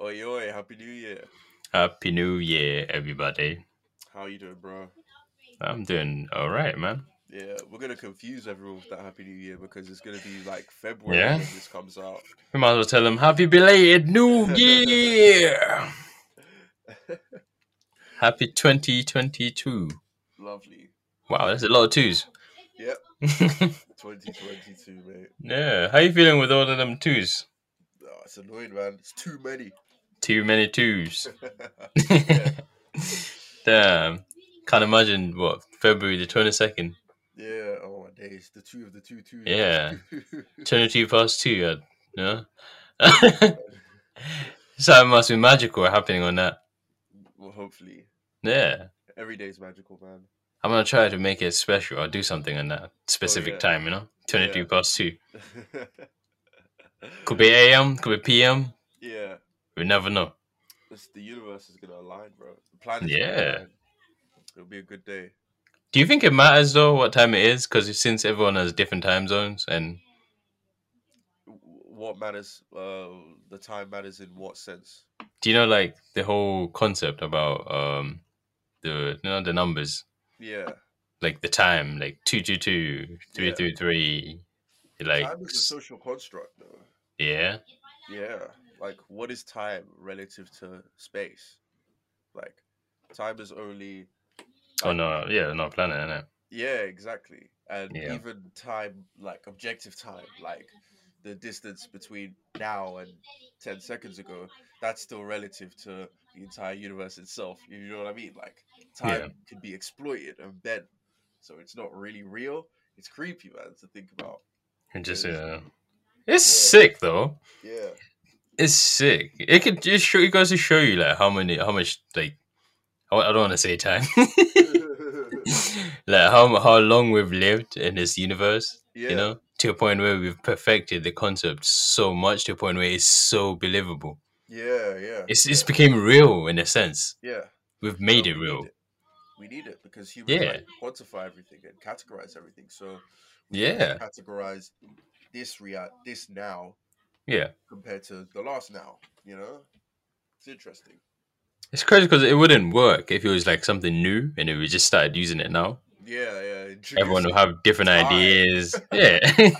Oi, oi, happy new year. Happy New Year, everybody. How you doing, bro? I'm doing all right, man. Yeah, we're gonna confuse everyone with that happy new year because it's gonna be like February Yeah. when this comes out. We might as well tell them Happy belated New Year! Happy 2022. Lovely. Wow, that's a lot of twos. Yep, 2022, mate. yeah, how you feeling with all of them twos? Oh, it's annoying, man. It's too many. Too many twos. yeah, Damn. Can't imagine what February the 22nd. yeah, oh my days. The two of the two twos. Yeah. 22 past 2, yeah. No? Something must be magical happening on that. well, hopefully. Yeah. Every day's magical, man. I'm gonna try to make it special. I'll do something on that specific yeah. time, you know, twenty-two Yeah. past two. Could be AM, could be PM. yeah, We never know. it's, the universe is gonna align, bro. The planets. are gonna Yeah. align. It'll be a good day. Do you think it matters though what time it is? Because since everyone has different time zones, and w- what matters uh the time matters in what sense do you know like the whole concept about um the you know the numbers yeah like the time like two two two three Yeah. three three like time is a s- social construct though yeah yeah like what is time relative to space like time is only oh no yeah no planet innit? yeah exactly and Yeah. even time like objective time like the distance between now and 10 seconds ago that's still relative to the entire universe itself you know what i mean like time Yeah. can be exploited and bent so it's not really real it's creepy man to think about it just Yes. uh, it's Yeah. sick though. yeah It's sick. It could just show you guys to show you like how many, how much like I, I don't want to say time, like how how long we've lived in this universe. yeah You know, to a point where we've perfected the concept so much to a point where it's so believable. yeah yeah It's it's became real in a sense. yeah We've No, made it we need real. We need it because humans Yeah. like, quantify everything and categorize everything. So we need to Yeah, categorize this rea- this now yeah. compared to the last now. You know, it's interesting. It's crazy because it wouldn't work if it was like something new and if we just started using it now. Yeah, yeah. introduce everyone it. will have different Time. ideas. Yeah.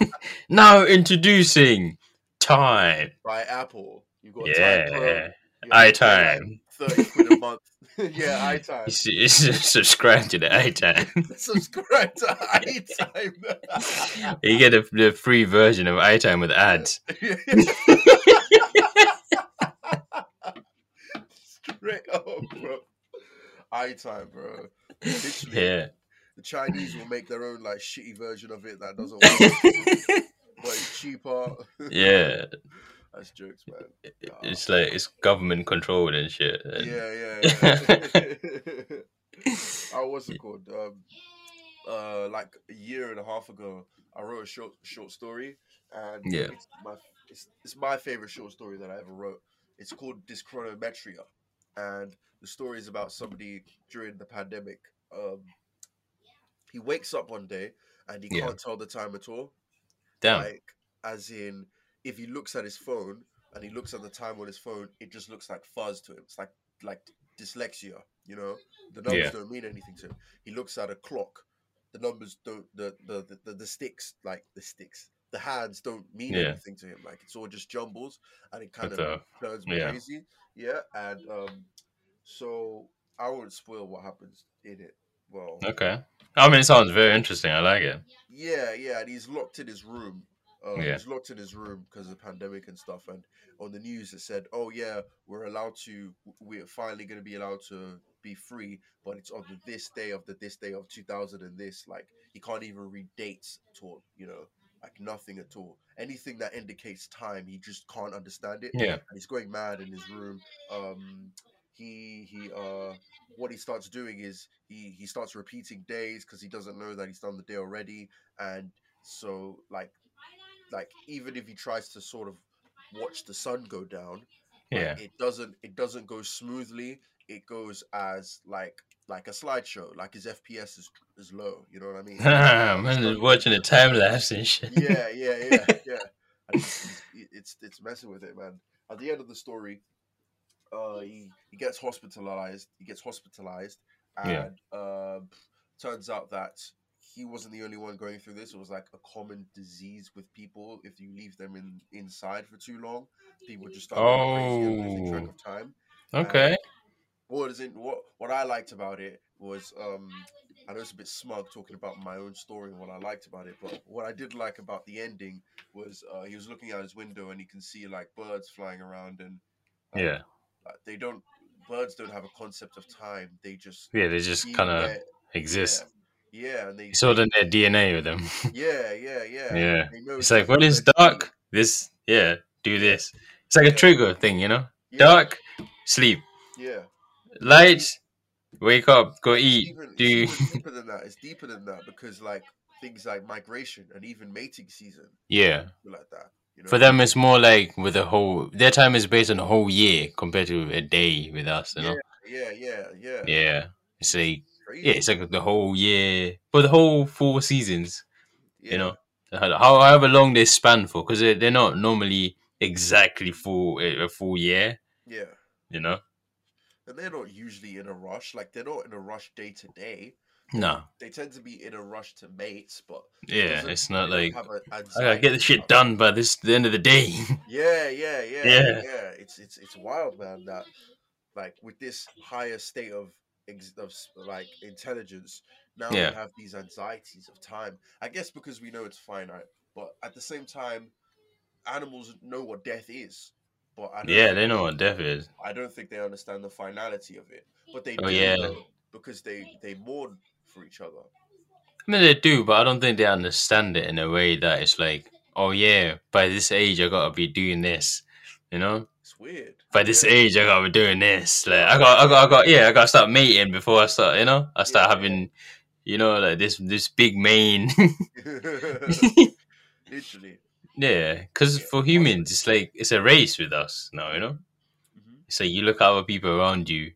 now introducing time. by Apple. You got Yeah. time. Pro, you I have to pay, time. like, Thirty quid a month. yeah, I time. You s- you s- subscribe to the I time. Subscribe to I time. you get a, the free version of I time with ads. Straight up, bro. I time, bro. Literally, Yeah. the Chinese will make their own like shitty version of it that doesn't work, but it's cheaper. yeah. That's jokes, man. Nah. It's like it's government controlled and shit. and- Yeah, yeah. yeah. I was it called? Um, uh, like a year and a half ago, I wrote a short short story, and Yeah. it's my it's, it's my favorite short story that I ever wrote. It's called Dyschronometria, and the story is about somebody during the pandemic. Um, he wakes up one day and he Yeah. can't tell the time at all. Damn. Like, as in, if he looks at his phone and he looks at the time on his phone, it just looks like fuzz to him. It's like like dyslexia, you know. The numbers Yeah. don't mean anything to him. He looks at a clock. The numbers don't. The the the, the, the sticks like the sticks. The hands don't mean Yeah. anything to him. Like it's all just jumbles, and it kind What of the? turns Yeah. crazy. Yeah, and um, so I won't spoil what happens in it. Well, Okay. I mean, it sounds very interesting. I like it. yeah, yeah, and he's locked in his room. Uh, Yeah. He's locked in his room because of the pandemic and stuff. And on the news, it said, "Oh yeah, we're allowed to. We're finally going to be allowed to be free, but it's on the this day of the this day of 2000 and this. Like he can't even read dates at all. You know, like nothing at all. Anything that indicates time, he just can't understand it. Yeah. And he's going mad in his room. Um, he he uh what he starts doing is he he starts repeating days because he doesn't know that he's done the day already and so like like even if he tries to sort of watch the sun go down like, Yeah. it doesn't it doesn't go smoothly it goes as like like a slideshow like his fps is, is low you know what i mean Man, It's just not- watching a time lapse and shit. yeah, yeah, yeah, yeah. And it's, it's it's messing with it, man. At the end of the story, uh, he, he gets hospitalized. He gets hospitalized, Yeah. and uh, turns out that he wasn't the only one going through this. It was like a common disease with people. If you leave them in inside for too long, people just start going crazy and losing track Oh. of time. Okay. what is it what what I liked about it was um I know it's a bit smug talking about my own story and what I liked about it, but what I did like about the ending was uh, he was looking out his window and he can see like birds flying around and um, Yeah. like, they don't birds don't have a concept of time. They just Yeah, they just be kind of there. exist. Yeah, yeah, and they It's all in their DNA with them. yeah yeah yeah. yeah. They know It's like, what when it's they're doing. dark, this, yeah, do this. It's like a Yeah. trigger thing, you know? Yeah, Dark, sleep. Yeah. Light, wake up, go eat, Even, do. it's even deeper than that. It's deeper than that because like things like migration and even mating season Yeah. like that. You know? For them, it's more like with a whole, their time is based on a whole year compared to a day with us, you know? Yeah, yeah, yeah. Yeah. It's like, Crazy. yeah, it's like the whole year, but the whole four seasons. Yeah. you know how- however long they span for because they're, they're not normally exactly full a a full year Yeah. you know And they're not usually in a rush. Like they're not in a rush day to day. no They tend to be in a rush to mates, but yeah doesn't- it's not they like don't have a i gotta get anxiety this shit about- done by this the end of the day Yeah, yeah, yeah, Yeah. It's it's it's wild, man. That like with this higher state of ex- of s- like intelligence, now Yeah. we have these anxieties of time. I guess because we know it's finite, but at the same time, animals know what death is. But I don't yeah think they know what death is I don't think they understand the finality of it, but they Oh, do yeah. know because they they mourn for each other. i mean they do but i don't think they understand it in a way that it's like oh yeah by this age i gotta be doing this you know It's weird. by this Yeah. age I gotta be doing this. Like I got I got I got yeah, I gotta start mating before I start, you know? I start Yeah. having you know, like this this big mane. Literally. yeah. Cause Yeah, for that's humans it's like it's a race with us now, you know? hmm So you look at other people around you,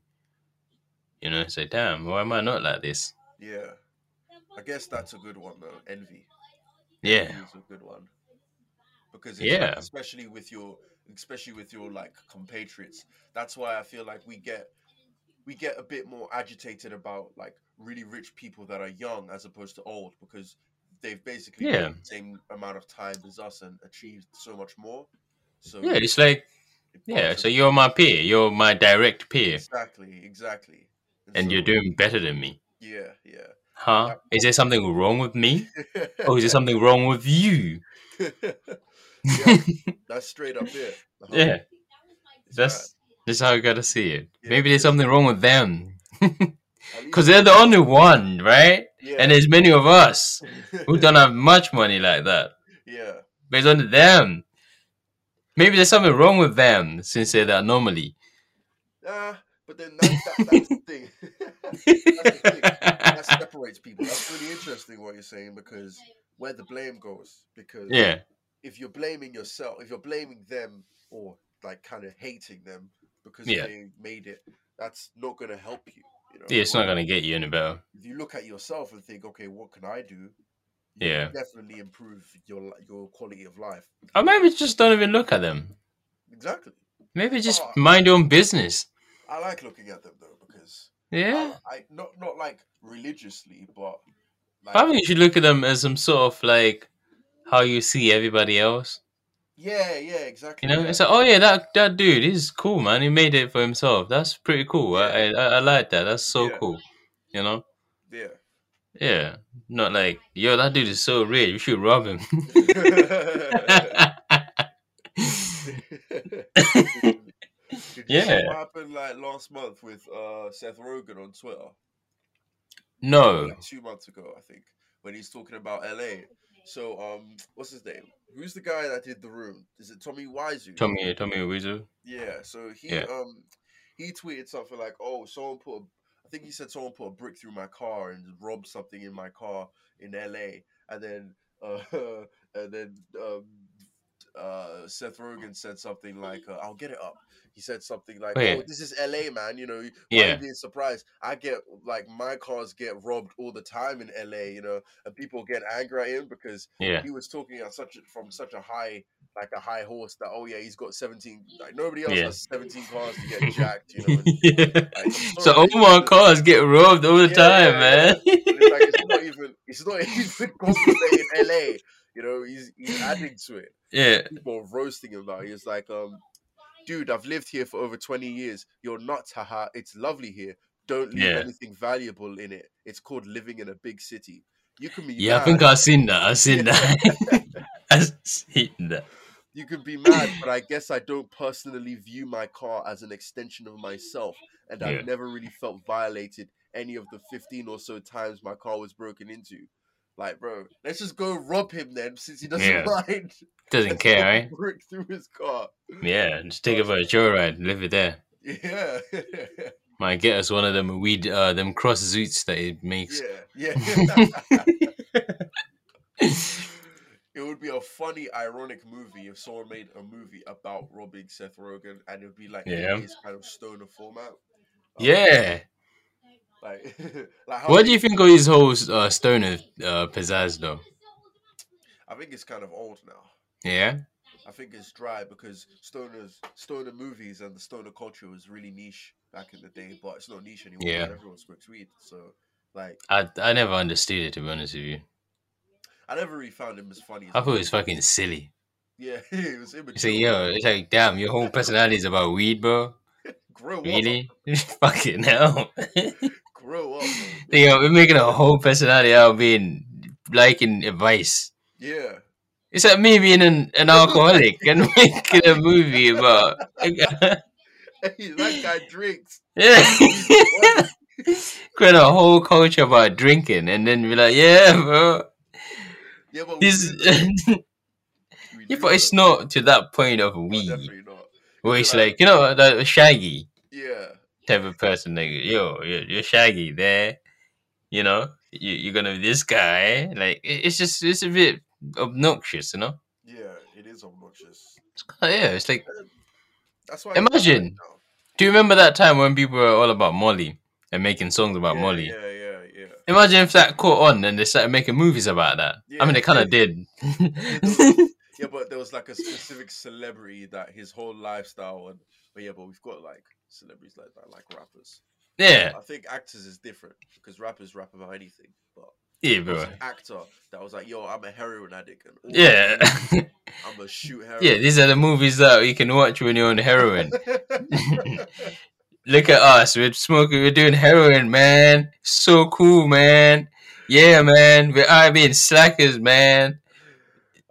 you know, and say, damn, why am I not like this? Yeah. I guess that's a good one though. Envy. Yeah. Envy is a good one because it's like, Yeah. especially with your especially with your like compatriots. That's why I feel like we get we get a bit more agitated about like really rich people that are young as opposed to old because they've basically got Yeah. the same amount of time as us and achieved so much more. So Yeah, it's like it yeah, bothers so us. you're my peer, you're my direct peer exactly, exactly. and you're so- doing better than me. yeah, yeah. Huh? Is there something wrong with me? Or Oh, is there something wrong with you? yeah, that's straight up it. Uh-huh. yeah. It's That's that's how you gotta see it. Yeah, Maybe because- there's something wrong with them, bad. At least cause they're the only one, right? Yeah. And there's many of us who don't have much money like that. yeah. But it's only them. Maybe there's something wrong with them since they're the anomaly. Ah, but then that's, that, that's the thing. that's the thing. That separates people. That's really interesting what you're saying because where the blame goes. Because yeah, if you're blaming yourself, if you're blaming them or like kind of hating them because Yeah. they made it, that's not going to help you. you know? yeah, it's But not gonna get you any better. If you look at yourself and think, okay, what can I do? You Yeah, definitely improve your li- your quality of life. or maybe just don't even look at them. Exactly. Maybe just Oh. mind your own business. I like looking at them though because Yeah, I, I not not like religiously, but like I think you should look at them as some sort of like how you see everybody else. yeah, yeah, exactly. You know, yeah. it's like, oh yeah, that that dude, he's cool, man. He made it for himself. That's pretty cool. I I, I I like that. That's so Yeah. cool. You know, yeah. yeah. Not like, yo, that dude is so rich. You should rob him. Did you see Yeah. what happened like last month with uh, Seth Rogen on Twitter? no, Like two months ago, I think, when he's talking about LA. So, um, what's his name? Who's the guy that did the room? Is it Tommy Wiseau? Tommy, Tommy Wiseau. Yeah, so he Yeah. um he tweeted something like, "Oh, someone put a, I think he said someone put a brick through my car and robbed something in my car in L.A." And then uh and then um uh Seth Rogen said something like, uh, "I'll get it up." He said something like, Wait. "Oh, this is L.A., man. You know, why are Yeah. you being surprised? I get like my cars get robbed all the time in L.A. You know, and people get angry at him because Yeah, he was talking at such a- from such a high like a high horse that oh yeah he's got 17 like nobody else Yeah. has 17 cars to get jacked you know and- yeah. like, So all my cars get robbed all the Yeah, time, yeah, man. and it's like it's not even it's not even compensating LA you know he's he's adding to it yeah. people are roasting him now he's like um dude I've lived here for over 20 years you're nuts haha it's lovely here don't leave Yeah. anything valuable in it it's called living in a big city you can be Yeah, I mad, think I've seen that. I've seen Yeah. that. I've seen that. You can be mad, but I guess I don't personally view my car as an extension of myself, and Yeah. I've never really felt violated any of the 15 or so times my car was broken into. Like, bro, let's just go rob him then, since he doesn't Yeah. mind. Doesn't Let's care, eh? go right? Break through his car. Yeah, just take it for a joyride, live it there. Yeah, yeah, Might get us one of them weed, uh, them cross zoots that it makes. yeah. it would be a funny, ironic movie if someone made a movie about robbing Seth Rogen, and it would be like in Yeah. his kind of stoner format. Um, Yeah. Like, like how What they- do you think of his whole uh, stoner uh, pizzazz, though? I think it's kind of old now. Yeah. I think it's dry because stoners, stoner movies, and the stoner culture was really niche back in the day, but it's not niche anymore. Yeah. because everyone smokes weed, so like I I never understood it to be honest with you. I never really found him as funny. As I thought an it was actor. fucking silly. Yeah, it was immature. It's like yo, it's like damn, your whole personality is about weed, bro. grow up, Really? fucking hell. grow up. man. yo, we're making a whole personality out of being liking advice. Yeah, It's like me being an, an alcoholic and making a movie about that guy drinks. yeah. Create a whole culture about drinking and then be like, yeah, bro. Yeah, but we This, do that. We yeah, do but it's that. not to that point of No, weed. definitely not. Where it's like, you know, that shaggy. Yeah, type of person like yo you're, you're shaggy there you know you, you're gonna be this guy like it- it's just it's a bit obnoxious you know yeah, it is obnoxious. it's kinda, yeah it's like That's why. it's not Imagine. now. do you remember that time when people were all about molly and making songs about Yeah, molly Yeah, yeah, yeah. imagine if that caught on and they started making movies about that i mean they kind Yeah. of did Yeah, but there was like a specific celebrity that his whole lifestyle and but yeah, but we've got like celebrities like that, like rappers. yeah I think actors is different because rappers rap about anything. But yeah there was bro an actor that was like, "Yo, I'm a heroin addict," and all I yeah do is I'm gonna shoot heroin. yeah these are the movies that you can watch when you're on heroin look at us. We're smoking. We're doing heroin, man. So cool, man. Yeah, man. We're out being slackers, man.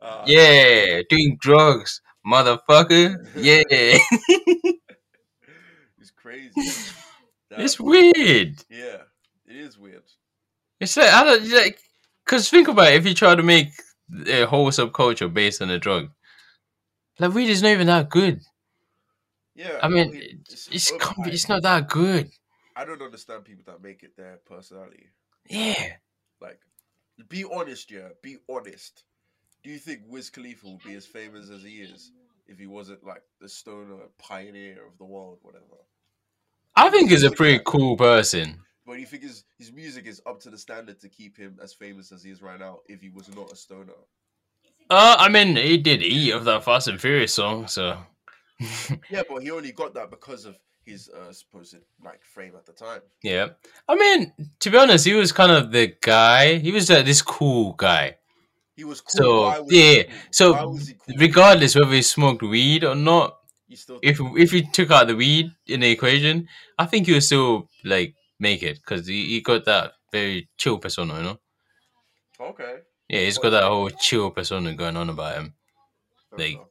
Uh, Yeah, doing drugs, motherfucker. Yeah, it's crazy. That- it's weird. yeah, it is weird. It's like I don't like. Cause think about it. If you try to make a whole subculture based on a drug, like weed is not even that good. Yeah, I mean, it- it's it's, so com- overhyped. it's not that good. oh, I don't understand people that make it their personality. Yeah. Like, be honest, yeah. Be honest. Do you think Wiz Khalifa would be as famous as he is if he wasn't like the stoner pioneer of the world, whatever? I think he's a pretty cool person. But do you think his, his music is up to the standard to keep him as famous as he is right now if he was not a stoner? Uh, I mean, he did eat of that Fast and Furious song, so Yeah, but he only got that because of his uh, supposed like fame at the time. Yeah. I mean, to be honest, he was kind of the guy. He was like this cool guy. He was cool. So, Why was he yeah, cool? so Why was he cool? Regardless whether he smoked weed or not, He still if if you took out the weed in the equation, I think he would still like make it because he, he got that very chill persona, you know. okay. Yeah, he's got that whole chill persona going on about him. fair Like, enough.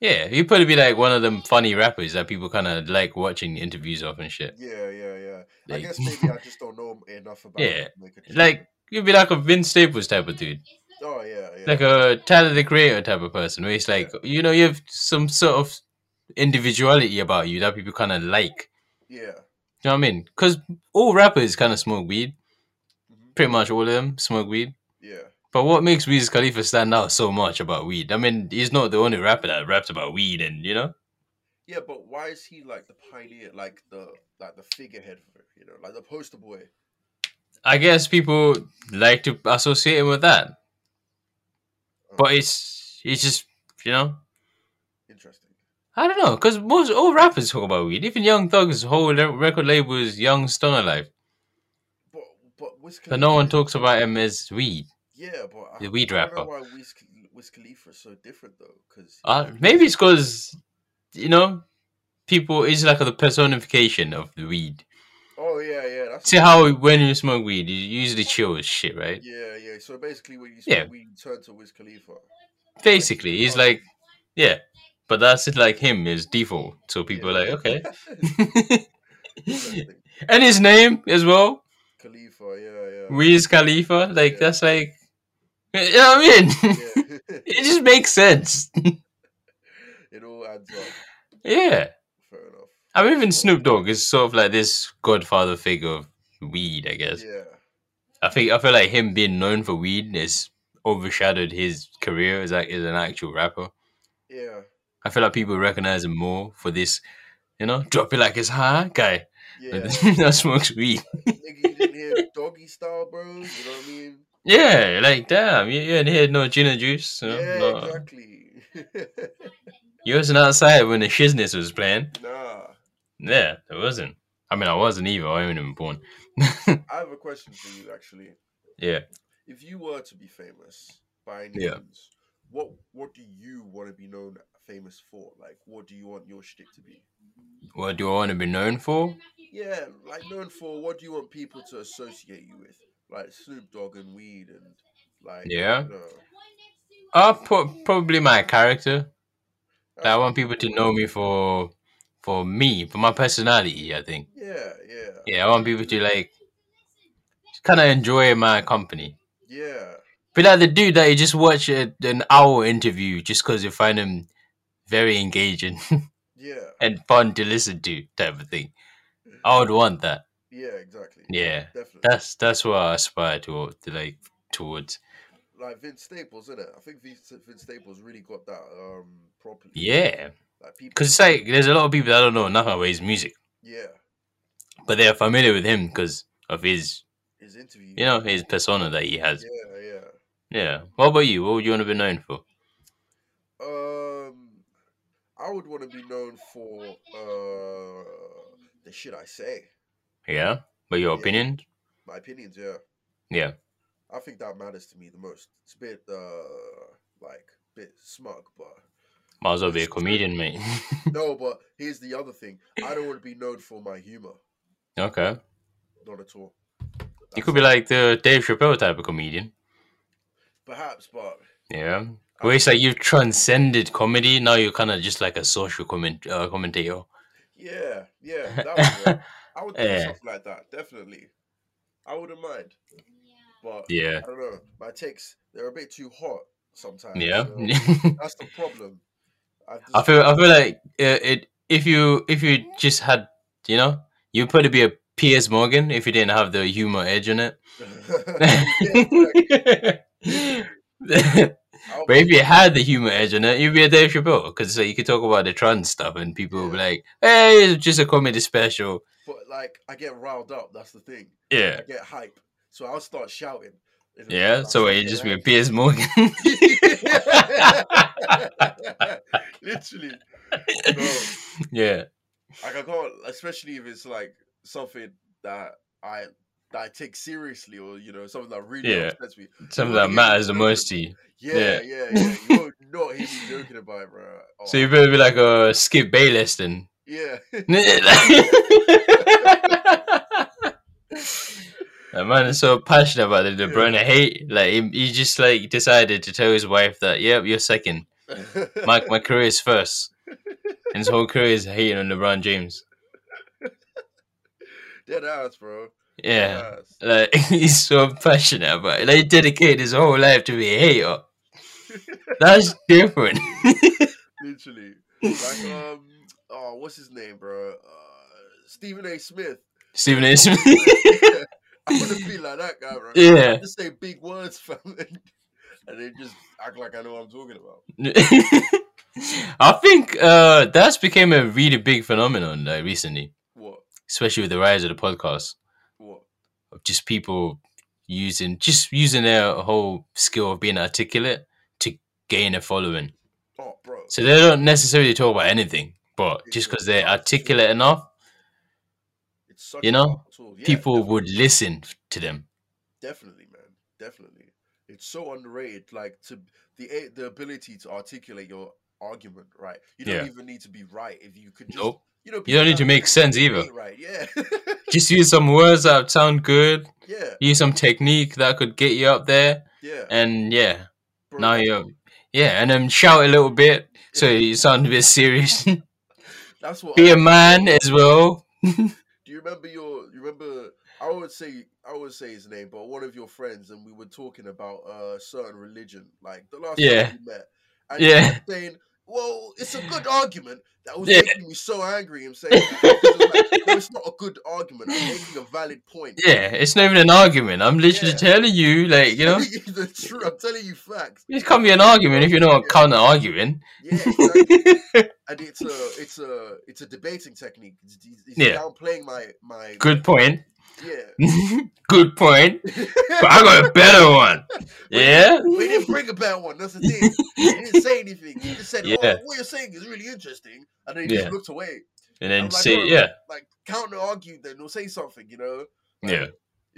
Yeah, he'd probably be like one of them funny rappers that people kind of like watching interviews of and shit. yeah, yeah, yeah. I Like- guess maybe I just don't know enough about. Yeah, him to make a judgment. Like he'd be like a Vince Staples type of dude. Oh yeah, yeah. like a Tyler the Creator type of person, where it's like you know you have some sort of individuality about you that people kind of like. Yeah. You know what I mean? Because all rappers kind of smoke weed. Mhm. Pretty much all of them smoke weed. Yeah. But what makes Wiz Khalifa stand out so much about weed? I mean, he's not the only rapper that raps about weed, and you know, Yeah, but why is he like the pioneer, like the like the figurehead for it, you know, like the poster boy? I guess people Um, like to associate him with that. But it's it's just You know, Interesting. I don't know, because most all rappers talk about weed. Even Young Thug's whole le- record label is Young Stoner Life, But but Wiz but no one Khalifa- talks about him as weed. Yeah, but I, the weed I don't know rapper. why Wiz, Wiz Khalifa is so different though, because Uh, maybe it's because you know people is like the personification of the weed. oh yeah yeah that's See how when you smoke weed, you usually chill as shit, right? yeah yeah. So basically, when you yeah. Yeah. we turn to Wiz Khalifa. Basically, he's like yeah, but that's it. Like him is default, so people are like okay, Interesting. and his name as well. Khalifa, yeah, yeah. Wiz Khalifa, like Yeah. that's like, you know what I mean? yeah. it just makes sense. it all adds up. yeah, Fair enough. I mean, even Snoop Dogg is sort of like this godfather figure of weed, I guess. Yeah, I think I feel like him being known for weed has overshadowed his career as like as an actual rapper. yeah, I feel like people recognize him more for this, you know, drop it like it's high guy yeah. that smokes weed. Nigga, you didn't hear doggy style, bro. You know what I mean? Yeah, like damn, you, you ain't here no gin and juice. You know, yeah, no. exactly. You wasn't outside when the shizness was playing. nah, Yeah, it wasn't. I mean, I wasn't either. I wasn't even born. I have a question for you actually. yeah. If you were to be famous by any Yeah. means, what what do you want to be known famous for? Like, what do you want your shtick to be? What do I want to be known for? Yeah, like known for what do you want people to associate you with? Like Snoop Dogg and weed and like Yeah. you know, Uh, pro- probably my character. that's I want pretty people to cool. know me for for me, for my personality, I think. Yeah, yeah, Yeah, I want people to like kind of enjoy my company. yeah, But like the dude that you just watch a, an hour interview just because you find him very engaging yeah, and fun to listen to, type of thing. I would want that. yeah. Exactly. Yeah, definitely. That's that's what I aspire to, to like towards. like Vince Staples, isn't it? I think Vince, Vince Staples really got that um properly. Yeah. like people. Because it's like there's a lot of people that don't know nothing about his music, yeah, but they're familiar with him because of his, his interview. you know, his persona that he has. Yeah, yeah. Yeah. What about you? What would you want to be known for? Um, I would want to be known for uh the shit I say, Yeah. But your Yeah. opinion? my opinions. Yeah, Yeah. I think that matters to me the most. It's a bit uh like bit smug, but Might as well be a comedian, mate. no. But here's the other thing: I don't want to be known for my humor, okay. not at all. You That's could be it. like the Dave Chappelle type of comedian. perhaps, but Yeah. Where it's like you've transcended comedy. Now you're kind of just like a social comment uh, commentator. Yeah, yeah, that would work. I would do Yeah. something like that, definitely. I wouldn't mind, but Yeah. I don't know. My takes they're a bit too hot sometimes. Yeah. so that's the problem. I've just, I feel I feel like uh, it if you if you just had you know you'd probably be a Piers Morgan if you didn't have the humor edge on it. Yeah, exactly. but I'll- if you had the humor edge on it, you'd be a Dave Chappelle because you could talk about the trans stuff and people would be like, "Hey, it's just a comedy special." but like, I get riled up. That's the thing. Yeah, I get hype, so I'll start shouting. It'll- yeah. I'll So start you'd just be a getting Piers Morgan. angry. literally. No. yeah, like I can't, especially if it's like something that I that I take seriously, or you know, something that really Yeah. upsets me. something wanna that get matters the people most to you. Yeah, yeah, yeah. You won't not hear me joking about it, bro. Oh, So you'd probably be like a Skip Bayless then. yeah, that man is so passionate about the De Yeah. Bruyne hate. Like he, he just like decided to tell his wife that, yep, you're second. My my career is first. And his whole career is hating on LeBron James. dead ass, bro. Yeah. Dead ass. Like he's so passionate about it. Like he dedicated his whole life to be a hater. That's different. literally. Like um, oh, what's his name, bro? Uh, Stephen A. Smith. Stephen A. Smith. Yeah, I want to be like that guy, bro. yeah. Just say big words, fam, and they just act like I know what I'm talking about. I think uh that's became a really big phenomenon like recently, What? especially with the rise of the podcast What? of just people using just using their whole skill of being articulate to gain a following. not, Oh, bro. So they don't necessarily talk about anything, but just because they're articulate enough, It's such you a know, powerful tool. Yeah, people definitely. would listen to them. Definitely, man. Definitely. It's so underrated. Like to the a- the ability to articulate your argument, right? You don't Yeah. even need to be right if you could just Nope. you know You people don't need to have make sense either. debate, right? Yeah. Just use some words that sound good. yeah. Use some technique that could get you up there, Yeah. and yeah, Bro, now you're yeah, and then shout a little bit so you sound a bit serious. that's what Be I- a man as well. Do you remember your? You remember? I would say I would say his name, but one of your friends, and we were talking about uh, certain religion, like the last Yeah. time we met, and Yeah. you kept saying, "Well, it's a good argument." That was Yeah. making me so angry. I'm saying, like, "No, it's not a good argument. I'm making a valid point." Yeah, it's not even an argument. I'm literally Yeah. telling you, like you know, the truth. I'm telling you facts. it can't be an argument if you're not counter arguing. Yeah, exactly. and it's a it's a it's a debating technique. It's, it's Yeah. downplaying my my Good point. yeah. Good point. But I got a better one. Yeah. We didn't bring a bad one. That's the thing. He didn't say anything. He just said, Yeah. "Oh, what you're saying is really interesting," and then he Yeah. just looked away. And I'm then like, say, "Bro, yeah, like counter argue, then or say something, you know? Like, yeah.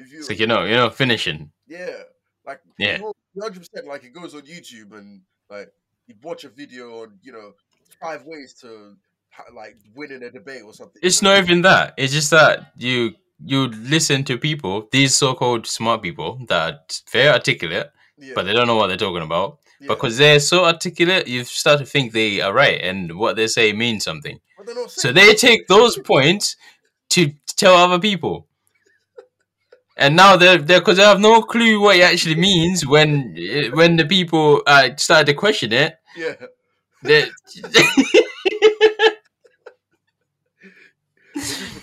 If you, It's like you know, you know, finishing. yeah, like Yeah. hundred percent. Like it goes on YouTube and like you watch a video on, you know, five ways to ha- like winning a debate or something. you It's know? not even that. It's just that you you listen to people, these so-called smart people that are very articulate, yeah, but they don't know what they're talking about. yeah. Because they're so articulate, you start to think they are right, and what they say means something. But they're not So saying they take those points to tell other people. And now they're they're because they have no clue what it actually means when eh, when the people uh, started to question it. yeah. They, They just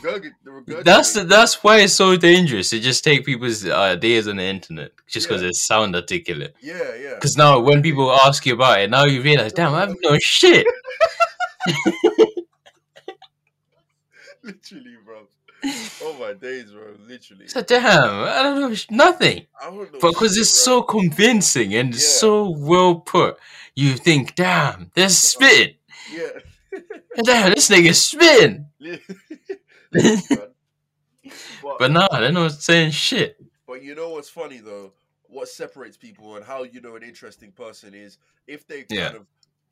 regurgi- they regurgitate. that's the, that's why it's so dangerous to just take people's ideas on the internet just because Yeah. they sound articulate. yeah, yeah. Because now when people ask you about it, now you realize, damn, I've no shit. Literally, bro. Oh my days, bro. Literally. So damn, I don't know sh- nothing. I don't know. But because shit, it's bro. so convincing and Yeah. so well put, you think, damn, they're spitting. Yeah. Damn, this nigga's spitting. Li- Literally, man. but, But but, nah, they're not saying shit. you know what's funny though? What separates people and how you know an interesting person is if they kind Yeah. of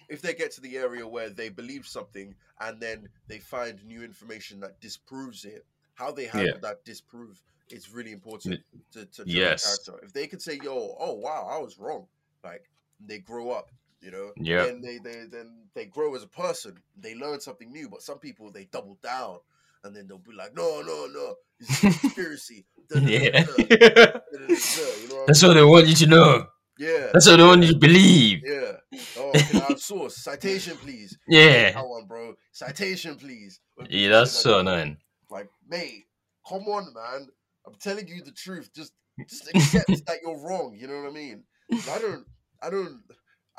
if they get to the area where they believe something and then they find new information that disproves it, how they handle that disprove is really important to, to judge Yes. character. If they could say, "Yo, oh wow, I was wrong," like they grow up, you know, Yeah. then they, they then they grow as a person. They learn something new. But some people they double down, and then they'll be like, no, no, no, it's a conspiracy. Da, da, da, Yeah. da, da, da, da, da," you know what I That's what they want you to know. mean? yeah, That's what they want you to believe. yeah. Oh, can I have source citation, please? Yeah. That one, bro. Citation, please. When people Yeah, say that's that, so annoying. like, mate, come on, man. I'm telling you the truth. Just, just accept that you're wrong. You know what I mean? And I don't, I don't.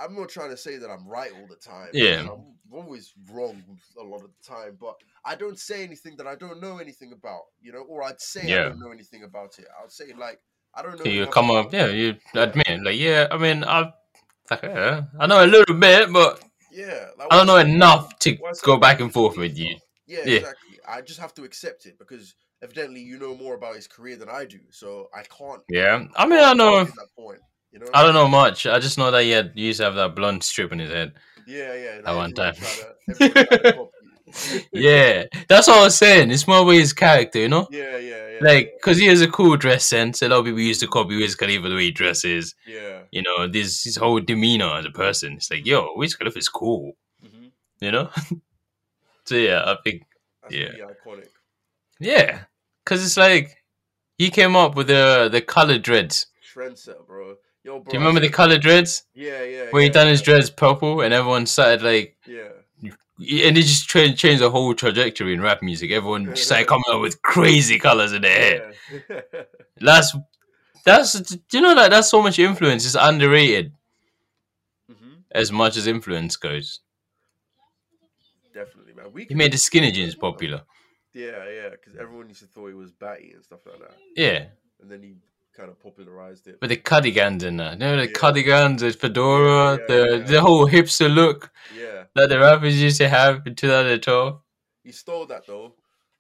I'm not trying to say that I'm right all the time. Yeah. I'm always wrong a lot of the time, but I don't say anything that I don't know anything about. You know, or I'd say I Yeah. don't know anything about it. I'll say like I don't know. So you enough come up, about- yeah, you admit, like, yeah, I mean, I've, like, yeah, I know a little bit, but Yeah, like, I don't know what's- enough to what's go up back with and forth Steve with you. Jobs? Yeah, Yeah. exactly. I just have to accept it because evidently you know more about his career than I do, so I can't. Yeah. I mean, I know, at that point, you know. I don't know much. I just know that he, had, he used to have that blonde strip in his head. yeah, yeah. That one everyone time. try to- everyone try to copy you. Yeah. That's what I was saying. It's more about his character, you know? yeah, yeah, yeah. Like, because he has a cool dress sense. A lot of people used to copy Wiz Khalifa the way he dresses. yeah. You know, this his whole demeanor as a person. It's like, yo, Wiz Khalifa is cool. hmm You know. so yeah, I think That's Yeah. pretty iconic. yeah, because it's like he came up with the the color dreads. Trendsetter, bro. Yo, bro. Do you remember the color dreads Yeah, yeah. where he yeah, done his dreads purple and everyone started like. Yeah. And it just tra- changed the whole trajectory in rap music. Everyone started coming up with crazy colors in their hair. Yeah. That's that's do you know that that's so much influence. It's underrated. hmm as much as influence goes. Definitely, man. We He can, made the skinny jeans popular. yeah, yeah, because everyone used to thought he was batty and stuff like that, Yeah. and then he kind of popularized it. But the cardigans in that, you know, the Yeah. cardigans, the fedora, Yeah, the yeah. the whole hipster look Yeah, that the rappers used to have in 2012. he stole that though.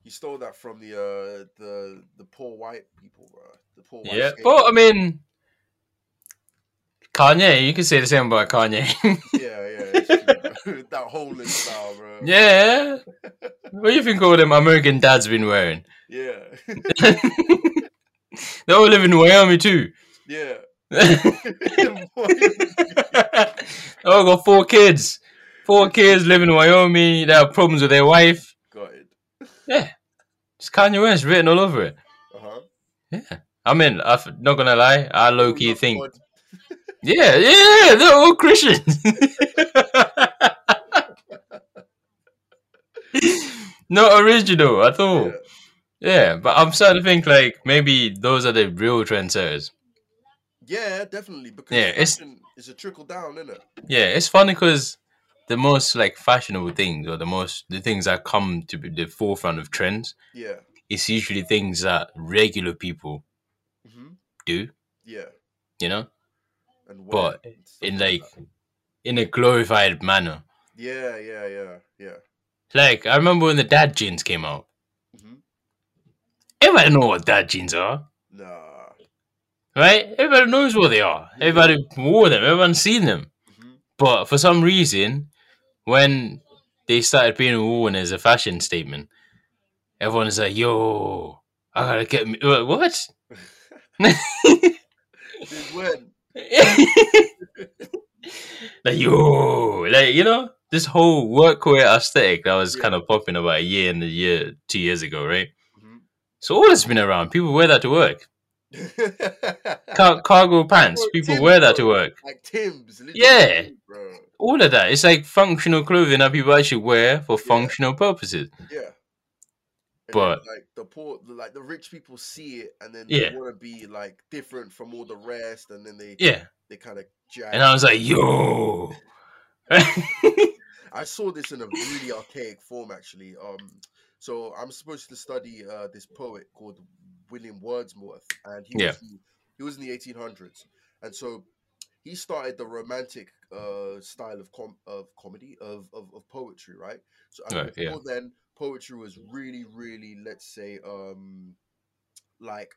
He stole that from the uh, the the poor white people, bro. The poor white. Yeah, skaters. but I mean, Kanye, you can say the same about Kanye. yeah, yeah, it's true, bro. that whole style, bro. yeah. What do you think all them American dads been wearing? yeah, They all live in Wyoming too. yeah. they all Oh, got four kids. Four kids live in Wyoming. They have problems with their wife. Got it. It's Kanye West written all over it. Uh huh. I mean, I'm not gonna lie. I low key think, yeah, yeah, they're all Christians. not original at all. Yeah. Yeah, but I'm starting to think like maybe those are the real trendsetters. Yeah, definitely. Because Yeah, it's- fashion is a trickle down, isn't it? Yeah, it's funny because the most like fashionable things or the most the things that come to be the forefront of trends Yeah. it's usually things that regular people hmm do, Yeah. you know, And wear But it and stuff in that. like in a glorified manner. Yeah, yeah, yeah, yeah. Like I remember when the dad jeans came out. hmm Everybody know what dad jeans are, Nah. right? Everybody knows what they are. Yeah. Everybody wore them. Everyone's seen them. hmm But for some reason, when they started being worn as a fashion statement, everyone's like, "Yo, I gotta get me uh, what?" Dude, when? like, yo, like you know, this whole workwear aesthetic that was Yeah. kind of popping about a year and a year, two years ago, right? Mhm. So all that's been around, people wear that to work. Mm-hmm. Car- cargo pants, Bro, people Tim's, wear that to bro. work. like Tim's. literally, Yeah. Bro. All of that, it's like functional clothing that people actually wear for Yeah. functional purposes. Yeah. And then, But- like the poor, like the rich people see it, and then Yeah. they want to be like different from all the rest, and then they Yeah. they kind of jag. And I was like, yo. I saw this in a really archaic form, actually. Um, so I'm supposed to study uh, this poet called William Wordsworth, and he Yeah. was the, he was in the 1800s, and so he started the romantic uh, style of com- of comedy of, of of poetry, right? So and Right, yeah. before then, poetry was really, really, let's say, um, like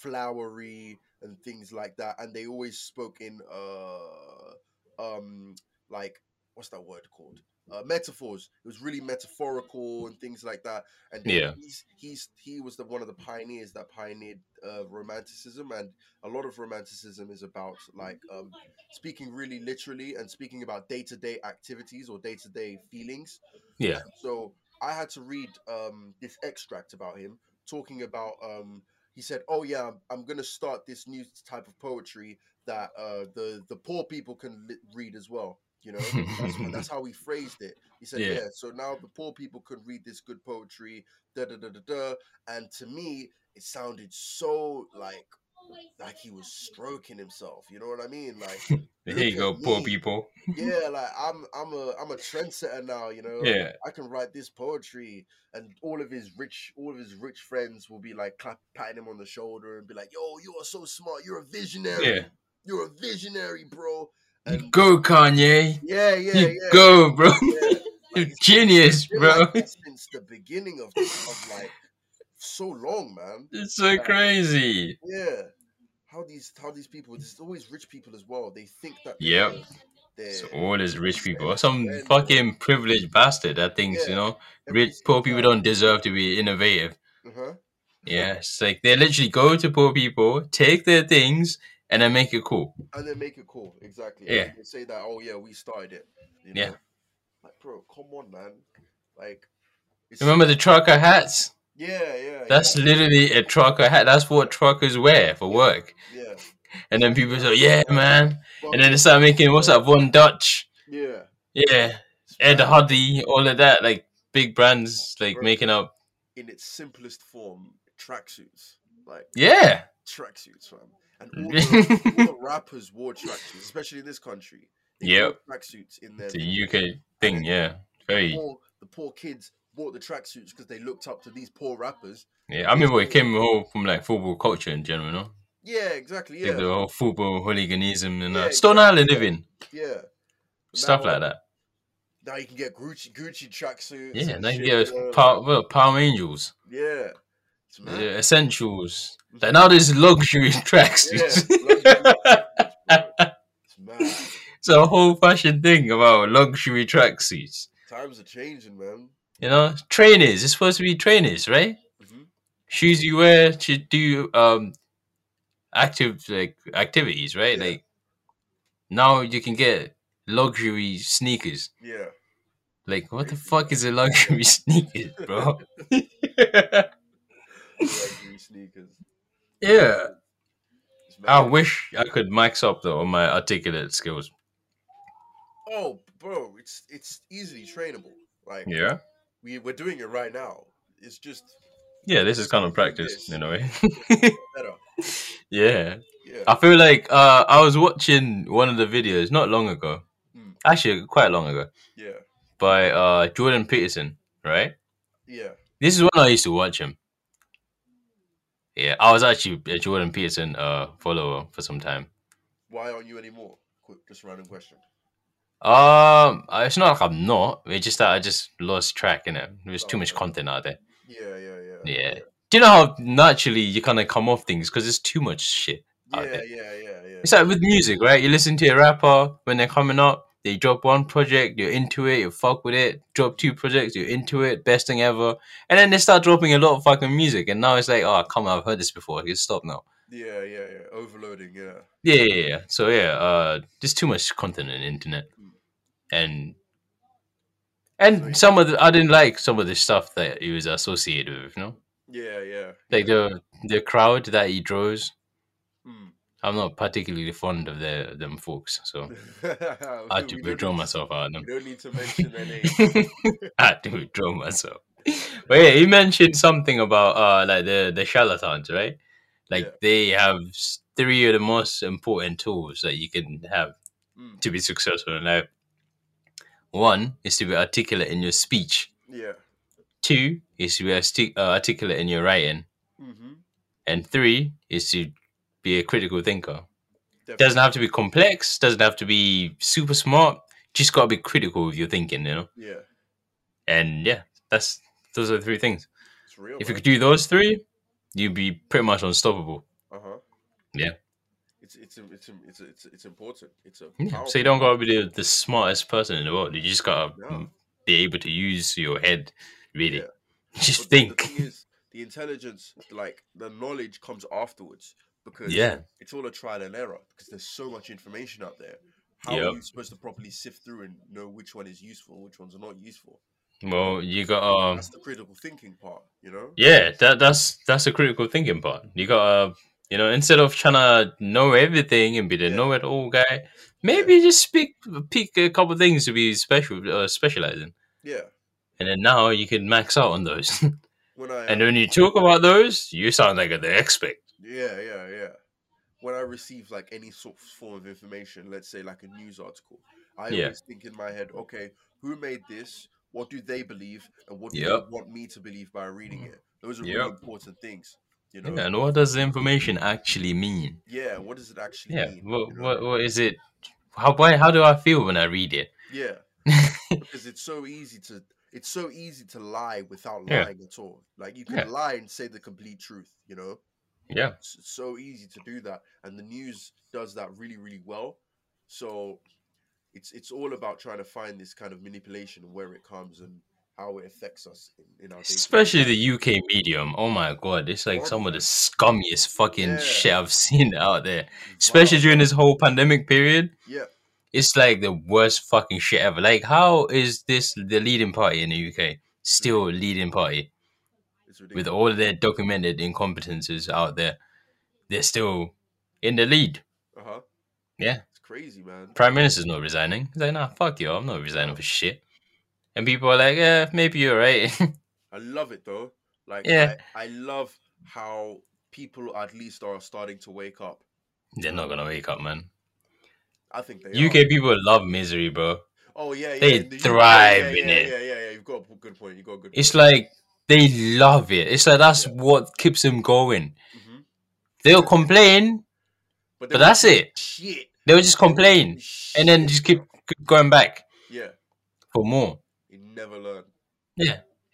flowery and things like that, and they always spoke in uh, um, like what's that word called? Uh, metaphors. It was really metaphorical and things like that. And then Yeah. he's, he's he was the one of the pioneers that pioneered uh, romanticism, and a lot of romanticism is about like um, speaking really literally and speaking about day to day activities or day to day feelings. yeah. So I had to read um, this extract about him talking about. Um, he said, "Oh yeah, I'm, I'm going to start this new type of poetry that uh, the the poor people can li- read as well." You know, that's, wh- that's how he phrased it. He said, Yeah. yeah. so now the poor people can read this good poetry, da da da da da." And to me, it sounded so like like he was stroking himself. You know what I mean? Like, Here you go, poor people. yeah, like I'm I'm a I'm a trendsetter now. You know, Yeah. I can write this poetry, and all of his rich, all of his rich friends will be like clap, patting him on the shoulder and be like, "Yo, you are so smart. You're a visionary. Yeah. You're a visionary, bro." You And go, Kanye. yeah, yeah, you yeah. go, bro. yeah. you he's- genius, been bro. like that since the beginning of, of like so long, man. It's so crazy. Yeah. How these how these people? There's always rich people as well. They think that Yep. they're, It's they're all these rich people. Or some fucking privileged bastard that thinks, you know, every rich poor single people time- don't deserve to be innovative. Uh-huh. Yeah. It's like they literally go to poor people, take their things, and then make it cool. And then make it cool, exactly. Yeah. And then they say that, oh yeah, we started it. You know? Yeah. Like, bro, come on, man. Like, it's, Remember the trucker hats? Yeah, yeah. That's literally a trucker hat. That's what truckers wear for work. yeah. yeah. And then people say, "Yeah, man." Fuck And then they start making what's that one Dutch? yeah. Yeah, It's Ed mad Hardy, all of that. Like big brands, like Bro. making up. in its simplest form, tracksuits. Like Yeah, tracksuits, fam. And all the, all the rappers wore tracksuits, especially in this country. wore Tracksuits in their it's a UK thing. Yeah, the very. poor, the poor kids bought the tracksuits because they looked up to these poor rappers. Yeah, I remember it came all from like football culture in general. No, Yeah, exactly. Like Yeah, the whole football hooliganism and Yeah, that. Stone exactly, Island yeah. living, yeah. stuff Now- like that. Now you can get Gucci Gucci tracksuits. Yeah, and now you shit, get yeah. Palm, well, Palm Angels, Yeah. It's the mad. essentials. Like now there's luxury tracks. Yeah, It's mad. it's a whole fashion thing about luxury tracksuits. Times are changing, man. You know, trainers. It's supposed to be trainers, right? Mhm. Shoes you wear to do um active like activities, right? Yeah. Like now you can get luxury sneakers. Yeah. Like what the fuck is a luxury sneakers, bro? Luxury sneakers. yeah. It's I mad. wish I could max up though on my articulate skills. Oh, bro, it's it's easily trainable. Like Yeah. we we're doing it right now. It's just Yeah, this is kind of practice in a way. better. yeah. Yeah. I feel like uh, I was watching one of the videos not long ago, Hmm. actually quite long ago, Yeah. by uh, Jordan Peterson. Right, Yeah. this is when I used to watch him. Yeah, I was actually a Jordan Peterson uh, follower for some time. Why aren't you anymore? Quick, just a random question. Um, uh, it's not like I'm not. It's just that I just lost track in it. There was too much Okay. content out there. Yeah, yeah, yeah. Yeah. Do you know how naturally you kind of come off things because there's too much shit? out Yeah, there. yeah, yeah, yeah. It's like with music, right? You listen to a rapper when they're coming up, they drop one project, you're into it, you fuck with it. Drop two projects, you're into it, best thing ever. And then they start dropping a lot of fucking music, and now it's like, oh, come on, I've heard this before. I can stop now. Yeah, yeah, yeah. Overloading, yeah. Yeah, yeah, yeah. So yeah, uh, there's too much content on the internet, and and some of the I didn't like some of the stuff that he was associated with. You know, Yeah, yeah. like the the crowd that he draws. Mm. I'm not particularly fond of their them folks, so I had I to withdraw myself out of them. You don't need to mention their name. I had to withdraw Ah, myself. But yeah, you mentioned something about uh like the the charlatans, right? Like Yeah. they have s- three of the most important tools that you can have Mm. to be successful in life. One is to be articulate in your speech. Yeah. Two is to be artic- uh, articulate in your writing, Mm-hmm. and three is to be a critical thinker. Doesn't have to be complex. Doesn't have to be super smart. Just gotta be critical of your thinking, you know. Yeah. And yeah, that's those are the three things. It's real. If you could do those three, you'd be pretty much unstoppable. uh huh. Yeah. It's it's it's it's it's, it's important. It's a Yeah. So powerful- you don't gotta be the, the smartest person in the world. You just gotta No. mm, be able to use your head, really. Yeah. But Just the- The, think. thing is, the intelligence, like the knowledge, comes afterwards because Yeah. it's all a trial and error because there's so much information out there. How Yep. are you supposed to properly sift through and know which one is useful, which one's not useful? Well, you gotta. That's the critical thinking part, you know. Um Yeah, that that's that's the critical thinking part. You gotta, you know, instead of trying to know everything and be the Yeah. know it all guy, maybe just pick pick a couple things to be special uh, specializing, Yeah. and then now you can max out on those. When I And when you talk about those, you sound like the expert. Yeah, yeah, yeah. When I receive like any sort of form of information, let's say like a news article, I Yeah. always think in my head, okay, who made this? What do they believe? And what do Yep. Mm-hmm. they want me to believe by reading it? Those are Yep. really important things, you know. Yeah, Yeah, and what does the information actually mean? what does it actually Yeah, mean? what, you know? what, what is it? How, why, how do I feel when I read it? Yeah, because it's so easy to it's so easy to lie without Yeah. lying at all. Like you can Yeah. lie and say the complete truth, you know. Yeah, it's it's so easy to do that and the news does that really really well so it's it's all about trying to find this kind of manipulation and where it comes and how it affects us in, in our day-to-day especially life. the UK medium. Oh my god, it's like some of the Horrible. scummiest fucking Yeah. shit I've seen out there. It's Especially wild. during this whole pandemic period, yeah it's like the worst fucking shit ever. Like, how is this the leading party in the UK still a leading party? it's with ridiculous all of their documented incompetences out there, they're still in the lead. uh-huh Yeah. it's crazy man Prime Minister's not resigning. He's like, nah, fuck you, I'm not resigning for shit. And people are like, yeah, maybe you're right. i love it though like Yeah. I, I love how people at least are starting to wake up they're not gonna wake up, man. i think they are. UK people love misery, bro. oh yeah, yeah they in the UK, thrive yeah, in yeah, it. yeah yeah yeah you've got a good point you got a good It's like they love it. It's like that's Yeah. what keeps them going. point. Mhm. They'll complain, they but that's wouldn't it. do Shit. They'll just They wouldn't complain do and then shit. just keep keep going back Yeah, for more. you never learn.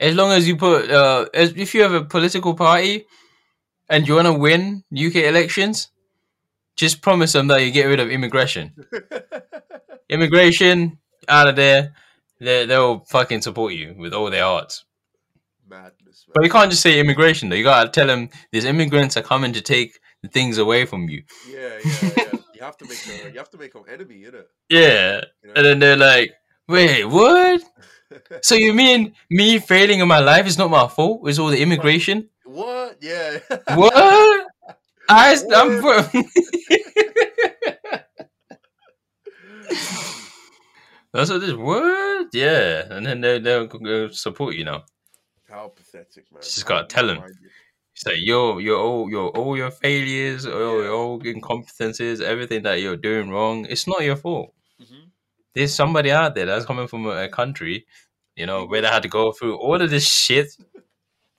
As long as you put, uh, as, if you have a political party and you want to win UK elections, just promise them that you get rid of immigration. Immigration out of there. They they'll fucking support you with all their hearts. Madness, man. But you can't just say immigration though. You gotta tell them these immigrants are coming to take the things away from you. Yeah, yeah, yeah. you have to make a, you have to make an enemy, innit? Yeah, You and know? then they're like, "Wait, what? So you mean me failing in my life is not my fault? It's all the immigration? what? Yeah. What? I, I'm from." That's what this word, yeah, and then they they'll go- go support you now. How pathetic, man. Just How gotta tell 'em. weak-minded. It's like your your all your all your failures, all Yeah. your all incompetences, everything that you're doing wrong. It's not your fault. Mhm. There's somebody out there that's coming from a, a country, you know, where they had to go through all of this shit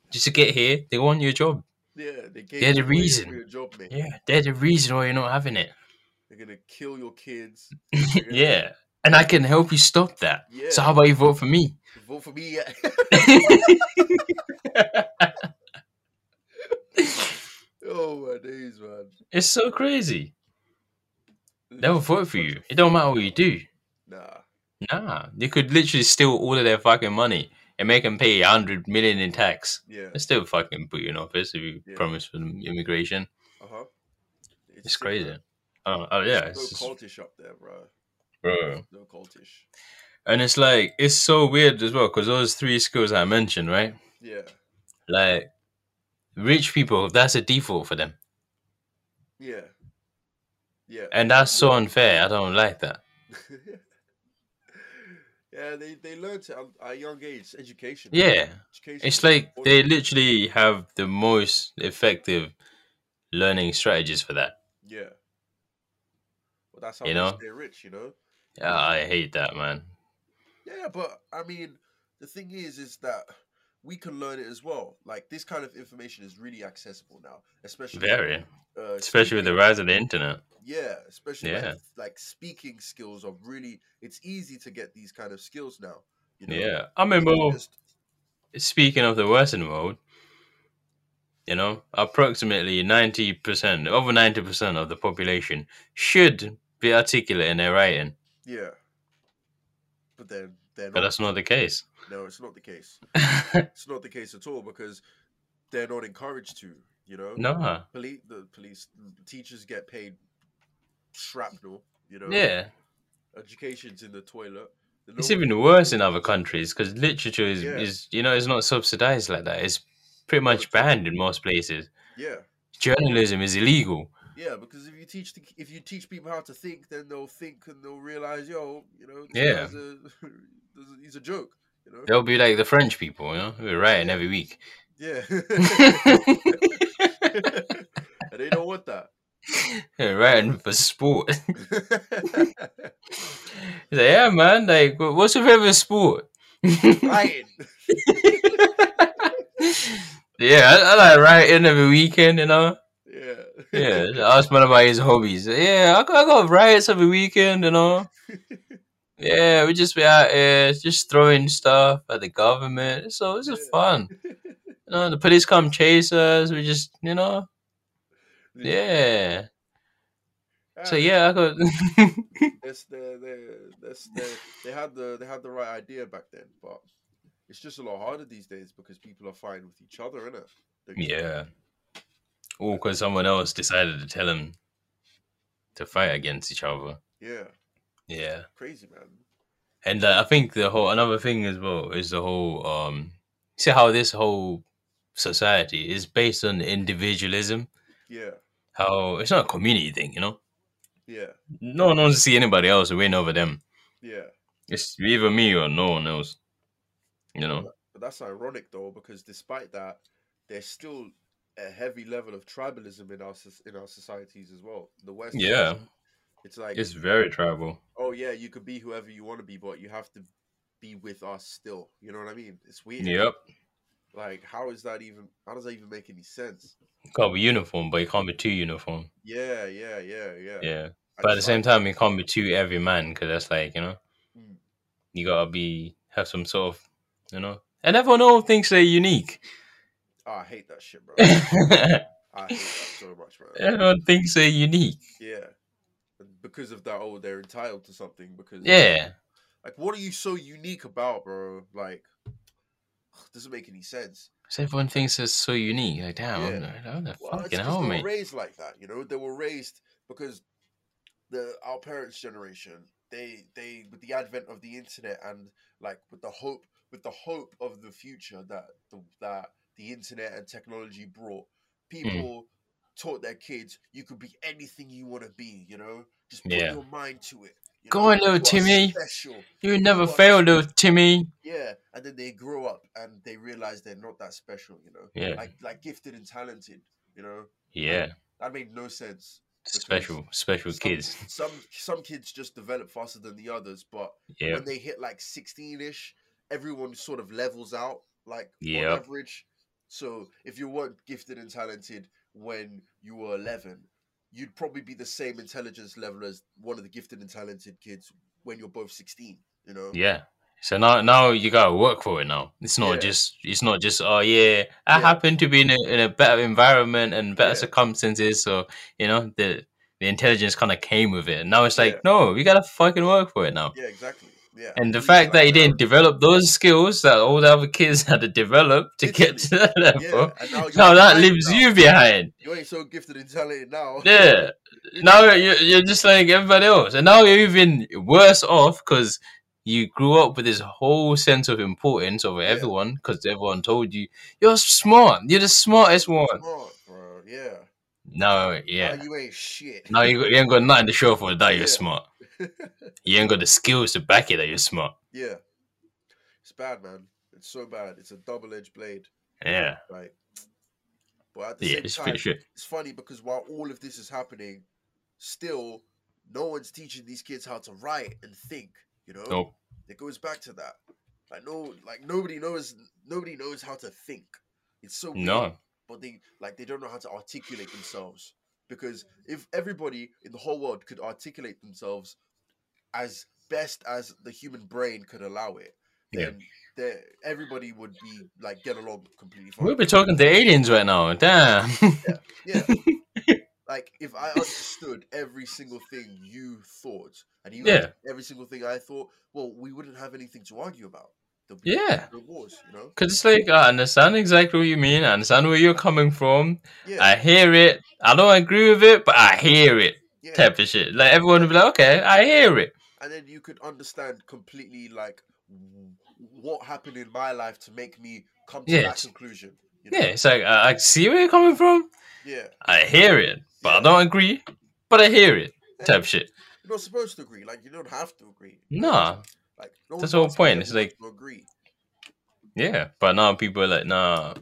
just to get here. They want your job. Yeah, they gave They're the you away for reason. Your job, mate. Yeah, they're the reason why you're not having it. They're gonna kill your kids. Yeah, and I can help you stop that. Yeah. So how about you vote for me? Vote for me. Yeah. oh my days, man. it's so crazy. This They'll is vote such for a- you. It don't matter what you do. Nah. Nah, they could literally steal all of their fucking money and make them pay a hundred million in tax. Yeah. They still fucking put you in office if you Yeah. promise for them immigration. Uh huh. It's crazy. Oh, oh yeah, no it's just- cultish up there, bro. bro. No cultish. And it's like it's so weird as well because those three skills I mentioned, right? Yeah. Like rich people, that's a default for them, Yeah. Yeah. and that's so unfair. I don't like that. yeah, they they learn to um, at a young age education. man. Yeah, Education it's is like they important. literally have the most effective learning strategies for that. Yeah. Well, that's how You you know? stay rich, you know. Yeah, I hate that, man. Yeah, but I mean, the thing is, is that we can learn it as well. Like this kind of information is really accessible now, especially Very. uh, especially with the rise of the internet. Yeah, especially Yeah. Like, like speaking skills are really. It's easy to get these kind of skills now. You know? Yeah, I You remember. just- Speaking of the Western world, you know, approximately ninety percent, over ninety percent of the population should be articulate in their writing, yeah. But then, they're but not. that's not the case. No, it's not the case. no, It's not the case at all because they're not encouraged to. You know. Police, the police, teachers get paid shrapnel. You know. yeah, Education's in the toilet. The it's lower- even worse in other countries because literature is, Yeah. is, you know, it's not subsidized like that. It's pretty No, much it's not. banned in most places. Yeah, Journalism is illegal. yeah. Because if you teach the, if you teach people how to think, then they'll think and they'll realize, yo, you know, this Yeah. guy's a, this is- he's a joke. You know. They'll be like the French people, you know, who are writing every week. Yeah. They're and they don't want that. writing for sport. He's like, yeah, man. Like, wh- what's your favorite sport? Ryan. yeah, I, I like writing every weekend, you know. Yeah. Yeah, I asked man about his hobbies. Yeah, I got, I got riots every weekend, you know. Yeah, we just be out here just throwing stuff at the government. So it's just Yeah. fun. You know, the police come chase us. We just, you know, yeah. So Ah, yeah, I got. That's the, the, that's the, they had the they had the right idea back then, but it's just a lot harder these days because people are fighting with each other, innit? They- yeah. Or because someone else decided to tell him to fight against each other. Yeah. Yeah. Crazy man. And uh, I think the whole another thing as well is the whole um see how this whole society is based on individualism. Yeah. How it's not a community thing, you know. Yeah. No one wants to see anybody else win over them. Yeah. It's either me or no one else. You know. But that's ironic though, because despite that, there's still a heavy level of tribalism in our soc- in our societies as well. The West, is- Yeah. it's like, It's very tribal. oh yeah, you could be whoever you want to be, but you have to be with us still. You know what I mean? It's weird. Yep. Like, how is that even? How does that even make any sense? It can't be uniform, but it can't be too uniform. Yeah, yeah, yeah, yeah. Yeah. I But at the just- same I- time, it can't be too every man because that's like, you know, Mm. you gotta be, have some sort of, you know. And everyone all thinks they're unique. oh, I hate that shit, bro. everyone I hate that so much, man. thinks they're unique. Yeah. Because of that, oh, they're entitled to something. Because Yeah. like, what are you so unique about, bro? Like, doesn't make any sense. So everyone thinks it's so unique. Like, damn, I'm, Yeah. I'm the Well, it's fucking 'cause hell, they were mate. raised like that, you know. They were raised because the our parents' generation, they they with the advent of the internet and like with the hope with the hope of the future that the, that the internet and technology brought, Hmm. people taught their kids you could be anything you want to be, you know. Just put Yeah. your mind to it. you Go know? on, little You are Timmy. Special. You would never What? fail, little Timmy. Yeah, and then they grow up and they realize they're not that special, you know. Yeah. Like like gifted and talented, you know. Yeah. That made no sense. because Special, special some- kids. Some some kids just develop faster than the others, but Yeah. when they hit like sixteen ish, everyone sort of levels out, like Yeah. on average. So if you weren't gifted and talented when you were eleven, you'd probably be the same intelligence level as one of the gifted and talented kids when you're both sixteen. You know? Yeah. So now, now you gotta work for it. Now it's not Yeah. just it's not just oh yeah, I Yeah. happen to be in a, in a better environment and better Yeah. circumstances, so you know the the intelligence kind of came with it. Now it's like Yeah. no, you gotta fucking work for it now. Yeah, exactly. Yeah. And the Really, fact like, that he didn't develop those skills that all the other kids had to develop to get to that Yeah, level, and now, you're now that behind leaves now. you behind. You ain't so gifted and talented now. Yeah. Now you're, you're just like everybody else, and now you're even worse off because you grew up with this whole sense of importance over Yeah. everyone because everyone told you you're smart, you're the smartest one. Smart, bro. Yeah. No, yeah. Now you ain't shit. Now you, got- you ain't got nothing to show for that you're Yeah. smart. You ain't got the skills to back it that you're smart. Yeah. It's bad, man. It's so bad. It's a double edged blade. Yeah, Right. But at the yeah, same it's time, pretty shit. it's funny because while all of this is happening, still no one's teaching these kids how to write and think, you know? Nope. It goes back to that. Like no like nobody knows nobody knows how to think. It's so weird. No, but they like they don't know how to articulate themselves because if everybody in the whole world could articulate themselves as best as the human brain could allow it Yeah. then there- everybody would be like get along completely fine we'll be talking to aliens right now. Damn. yeah like if i understood every single thing you thought and you Yeah. understood every single thing i thought well we wouldn't have anything to argue about There'd be Yeah. no wars you know Cause it's like I understand exactly what you mean. I understand where you're coming from. yeah I hear it. I don't agree with it, but I hear it. yeah Type of shit. Like everyone would be like, okay, I hear it. and then you could understand completely like w- what happened in my life to make me come to that Yes. conclusion. You Yeah, it's like I, I see where you're coming from. Yeah. I hear it, but I don't agree. But I hear it. Type of shit. You're not supposed to agree. Like you don't have to agree. you know? Nah, Like no one's that's the whole asking point, it's everyone to agree. yeah. But now people are like, nah,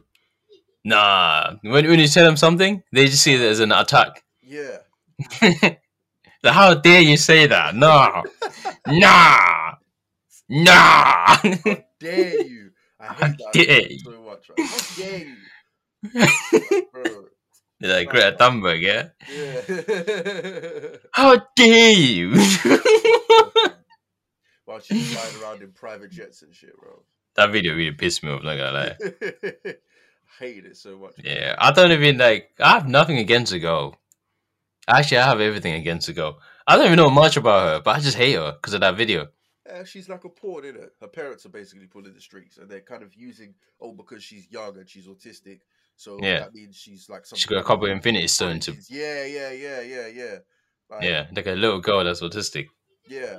nah. When when you tell them something, they just see it as an attack. Yeah. like, how dare you say that? Nah, nah, nah. How dare you? I How hate that dare you. so much. Right? How dare you? Bro. They're like Greta Thunberg, yeah? Yeah. How dare you? While she's flying around in private jets and shit, bro. that video really pissed me off, not gonna lie. hate it so much. Yeah, I don't even like, I have nothing against the girl. Actually, I have everything against the girl. I don't even know much about her, but I just hate her because of that video. Uh, she's like a pawn, innit? Her parents are basically pulling the strings, and they're kind of using oh because she's young and she's autistic, so Yeah. that means she's like some. She's got a kind of couple of Infinity Stones. To, prodigies. Yeah, yeah, yeah, yeah, yeah. Like, yeah, like a little girl that's autistic. yeah.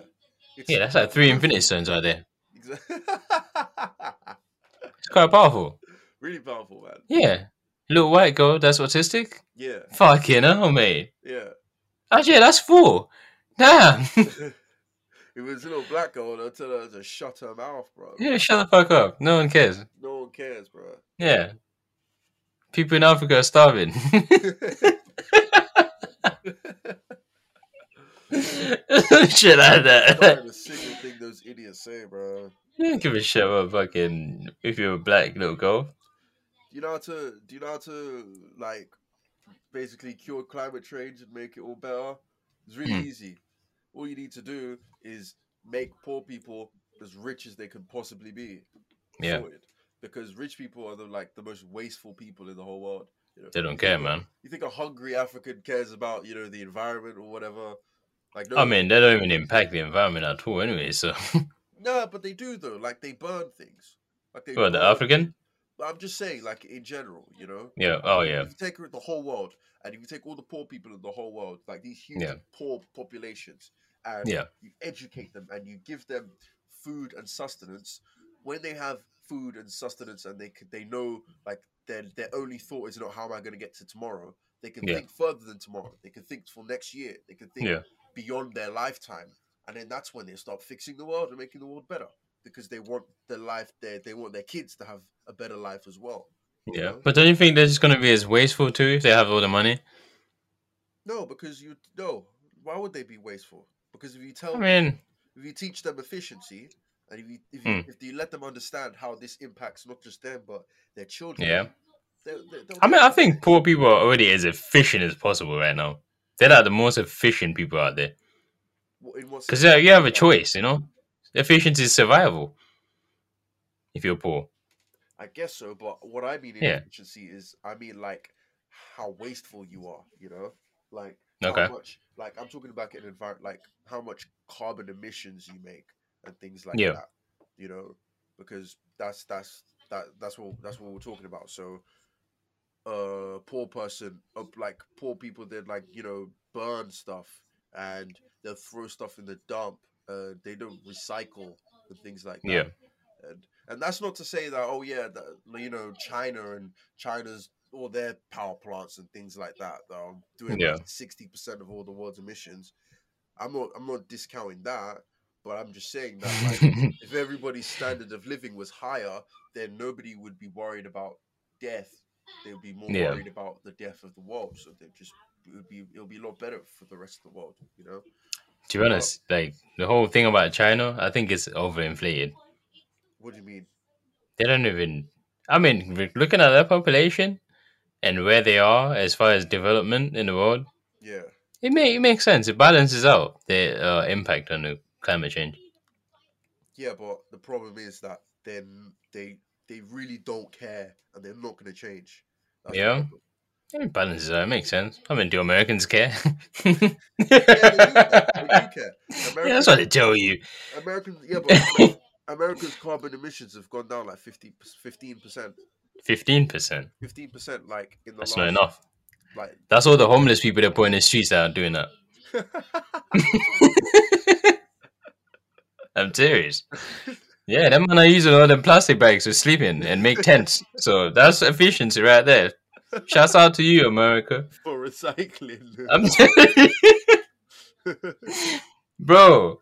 It's Yeah, that's like three Infinity Stones right there. Exa- It's quite powerful. really powerful, man. Yeah. Little white girl that's autistic? Yeah, Fucking hell, mate. yeah. Actually, that's four. Damn. it was a little black girl. They'll tell her to shut her mouth, bro. yeah, shut the fuck up. No one cares. No one cares, bro. Yeah. People in Africa are starving. shit like that. Not a single thing those idiots say, bro. I don't give a shit about fucking if you're a black little girl. Do you know how to? Do you know how to like basically cure climate change and make it all better? It's really Hmm. easy. All you need to do is make poor people as rich as they can possibly be. Yeah. Sorted. Because rich people are the like the most wasteful people in the whole world. You know, They don't You care, think a- man. You think a hungry African cares about you know the environment or whatever? Like no, I mean, they don't even impact the environment at all, anyway. So, no, but they do though. Like they burn things. Like they well, the burn African, But I'm just saying, like in general, you know. yeah, oh If yeah, you take the whole world, and if you take all the poor people in the whole world, like these huge Yeah. poor populations, and Yeah. you educate them and you give them food and sustenance, when they have food and sustenance and they c- they know like their their only thought is not how am I going to get to tomorrow. They can Yeah. think further than tomorrow. They can think for next year. They can think Yeah. beyond their lifetime, and then that's when they start fixing the world and making the world better because they want their life their they want their kids to have a better life as well. you yeah. know? But don't you think they're just gonna be as wasteful too if they have all the money? No, because you no. Why would they be wasteful? Because if you tell I mean, if you teach them efficiency and if you if you, Hmm. if you let them understand how this impacts not just them but their children. Yeah. they- they- they'll I mean, get I it. think poor people are already as efficient as possible right now. They're like the most efficient people out there Wha- in what because sense? you have a Like, choice, you know. Efficiency is survival if you're poor. I guess so, but what I mean in Yeah. efficiency is I mean like how wasteful you are, you know? Like Okay. how much like I'm talking about an environment like how much carbon emissions you make and things like Yeah. that, you know? Because that's that's that that's what that's what we're talking about. So uh poor person up like poor people that like you know burn stuff and they'll throw stuff in the dump uh they don't recycle and things like that Yeah. and and that's not to say that oh yeah that you know china and china's all their power plants and things like that that are doing Yeah. like 60% of all the world's emissions i'm not i'm not discounting that but i'm just saying that like if everybody's standard of living was higher then nobody would be worried about death they'd be more Yeah. worried about the death of the world so they just it would be it'll be a lot better for the rest of the world you know to be but honest, like the whole thing about China, I think it's overinflated. what do you mean They don't even. I mean, re- looking at their population and where they are as far as development in the world, yeah it may it makes sense. It balances out the uh, impact on the climate change. Yeah, but the problem is that then they they really don't care and they're not going to change. That's the Yeah. problem. It balances out. It makes sense. I mean, do Americans care? Yeah, they do care. They do care. Yeah, that's Americans, what they tell you. Americans, yeah, but Amer- America's carbon emissions have gone down like 50, 15%, Fifteen percent. 15% like in the That's not last enough. like That's all the homeless people they put in the streets that are doing that. I'm serious. Yeah, them man are using all them plastic bags to sleep in and make tents. So that's efficiency right there. Shouts out to you, America. for recycling. I'm bro.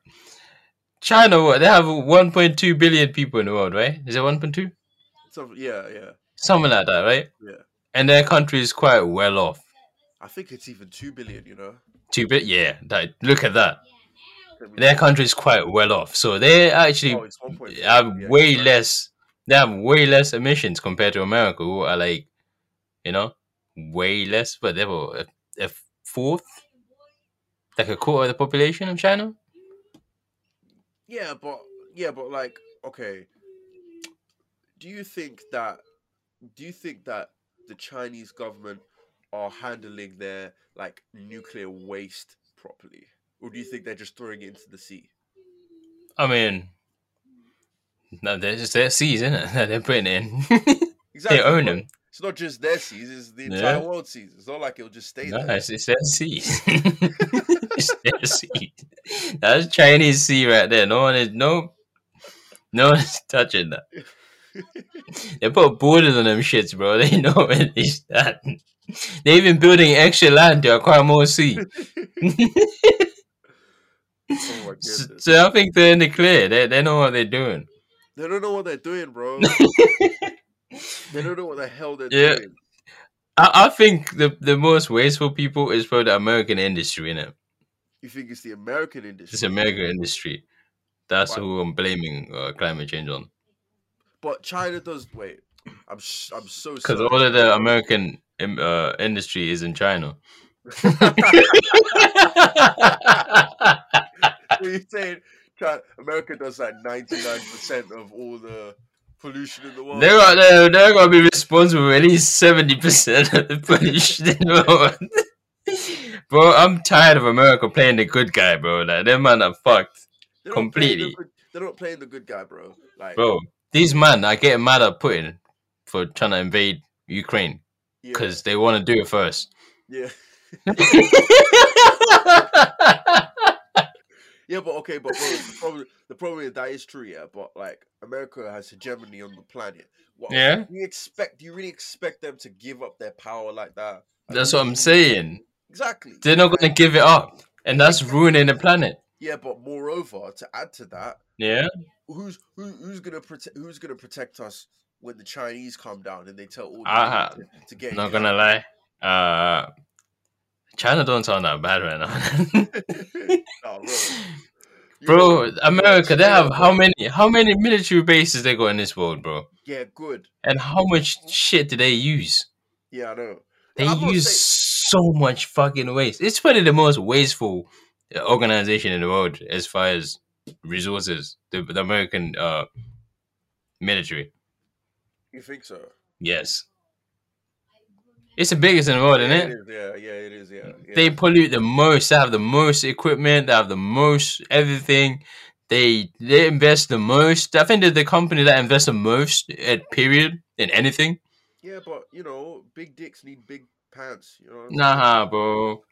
China, what they have 1.2 billion people in the world, right? Is it 1.2? so yeah, yeah, Something like that, right? yeah. And their country is quite well off. I think it's even 2 billion, you know. Two bit, yeah. That, look at that. Let me Their check. country is quite well off, so they Oh, actually it's 1.4. have Yeah, you're way right. less. They have way less emissions compared to America, who are like you know, way less, but they were a, a fourth, like a quarter of the population of China. Yeah, but yeah, but like okay, do you think that do you think that the Chinese government are handling their like nuclear waste properly, or do you think they're just throwing it into the sea? I mean, no, they're just their seas, isn't it? They're putting it in. they Exactly, own but them. it's not just their seas; it's the entire Yeah, world seas. It's not like it'll just stay no, there. it's, it's their seas. it's their seas. That's Chinese sea right there. No one is no, no one's touching that. They put borders on them shits, bro. They know where they stand. They even building extra land to acquire more sea. oh my so, goodness! so I think they're in the clear. They they know what they're doing. They don't know what they're doing, bro. They don't know what the hell they're yeah, doing. I, I think the the most wasteful people is probably the American industry, innit? You think it's the American It's industry? American industry. That's Why? who I'm blaming uh, climate change on. But China does. Wait, I'm sh- I'm so because sorry. all of the American um, uh, industry is in China. What you saying? China, America does like 99 percent of all the pollution in the world. they're, they're, they're gonna be responsible for at least 70% of the pollution in the world. bro, I'm tired of America playing the good guy, bro. Like, them man are fucked. They're not playing the completely. good- they're not playing the good guy, bro. Like, Bro, these men are getting mad at Putin for trying to invade Ukraine yeah, because they want to do it first. yeah, yeah, but okay, but bro, the problem, the problem is that is true, yeah. But like, America has hegemony on the planet. What, yeah, You expect? Do you really expect them to give up their power like that? Like, that's you- what I'm saying. Exactly. They're not gonna give it up, and that's ruining the planet. Yeah, but moreover, to add to that, Yeah, who's who, who's gonna protect? Who's gonna protect us when the Chinese come down and they tell all the Ah, people to, to get? in not line? gonna lie. Uh, China don't sound that bad right now. Nah, bro. You know- bro america they have how many how many military bases they got in this world bro Yeah, good. and how much shit do they use Yeah, I know. they I'm not use so much fucking waste it's probably the most wasteful uh, organization in the world as far as resources the, the american uh military You think so? yes it's the biggest in the world isn't yeah, it is, yeah, yeah, it is. Yeah, yeah. they pollute the most. They have the most equipment. They have the most everything. They they invest the most. I think they're the company that invests the most at period in anything. yeah, but you know, big dicks need big pants. You know. Nah, bro.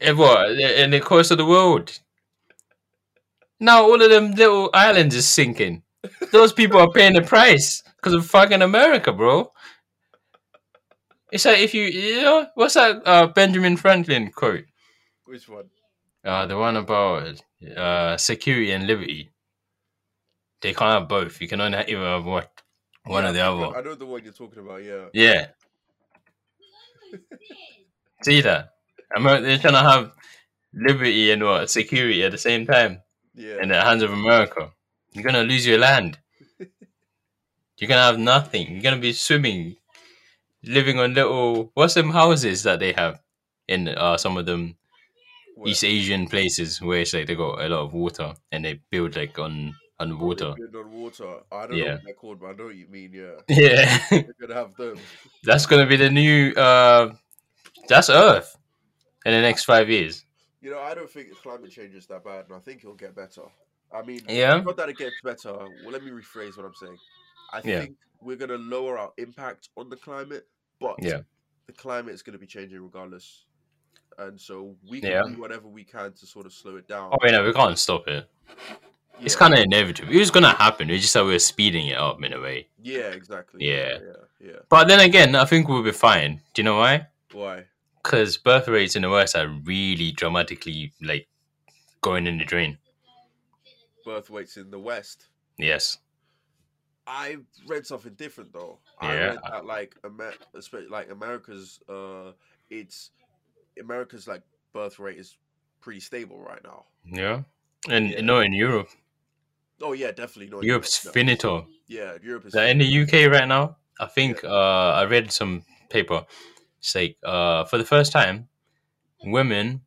And what in the course of the world? Now all of them little islands is sinking. Those people are paying the price because of fucking America, bro. It's like if you, you know, what's that uh, Benjamin Franklin quote? Which one? Uh, the one about uh security and liberty. They can't have both. You can only have either have what one Yeah, or the I know- other. I know the one you're talking about. Yeah. Yeah. See that? Amer- they're trying to have liberty and what security at the same time Yeah. in the hands of America. You're gonna lose your land. You're gonna have nothing. You're gonna be swimming, living on little what's them houses that they have in uh some of them Where? East Asian places where it's like they got a lot of water and they build like on on Oh, they're water. good On water. I don't know Yeah. what they're called, but I know what you mean. Yeah. Yeah, They're gonna have them. that's gonna be the new. uh That's Earth in the next five years. You know, I don't think climate change is that bad, and I think it'll get better. I mean, Yeah, not that it gets better. Well, let me rephrase what I'm saying. I Yeah. think we're gonna lower our impact on the climate, but Yeah. the climate is gonna be changing regardless, and so we can Yeah. do whatever we can to sort of slow it down. oh you know we can't stop it. It's Yeah. kind of inevitable. It was gonna happen. It's just that we're speeding it up in a way. yeah, exactly. Yeah. yeah, yeah. But then again, I think we'll be fine. Do you know why? Why? Because birth rates in the West are really dramatically like going in the drain. Birth weights in the West. Yes. I read something different though. I Yeah. read that like Amer- espe- like America's uh it's America's like birth rate is pretty stable right now. Yeah. And Yeah. not in Europe. Oh yeah, definitely not. Europe's Europe, finito. no. Yeah, Europe is that in the UK right now, I think uh, I read some paper. It's like uh, for the first time, women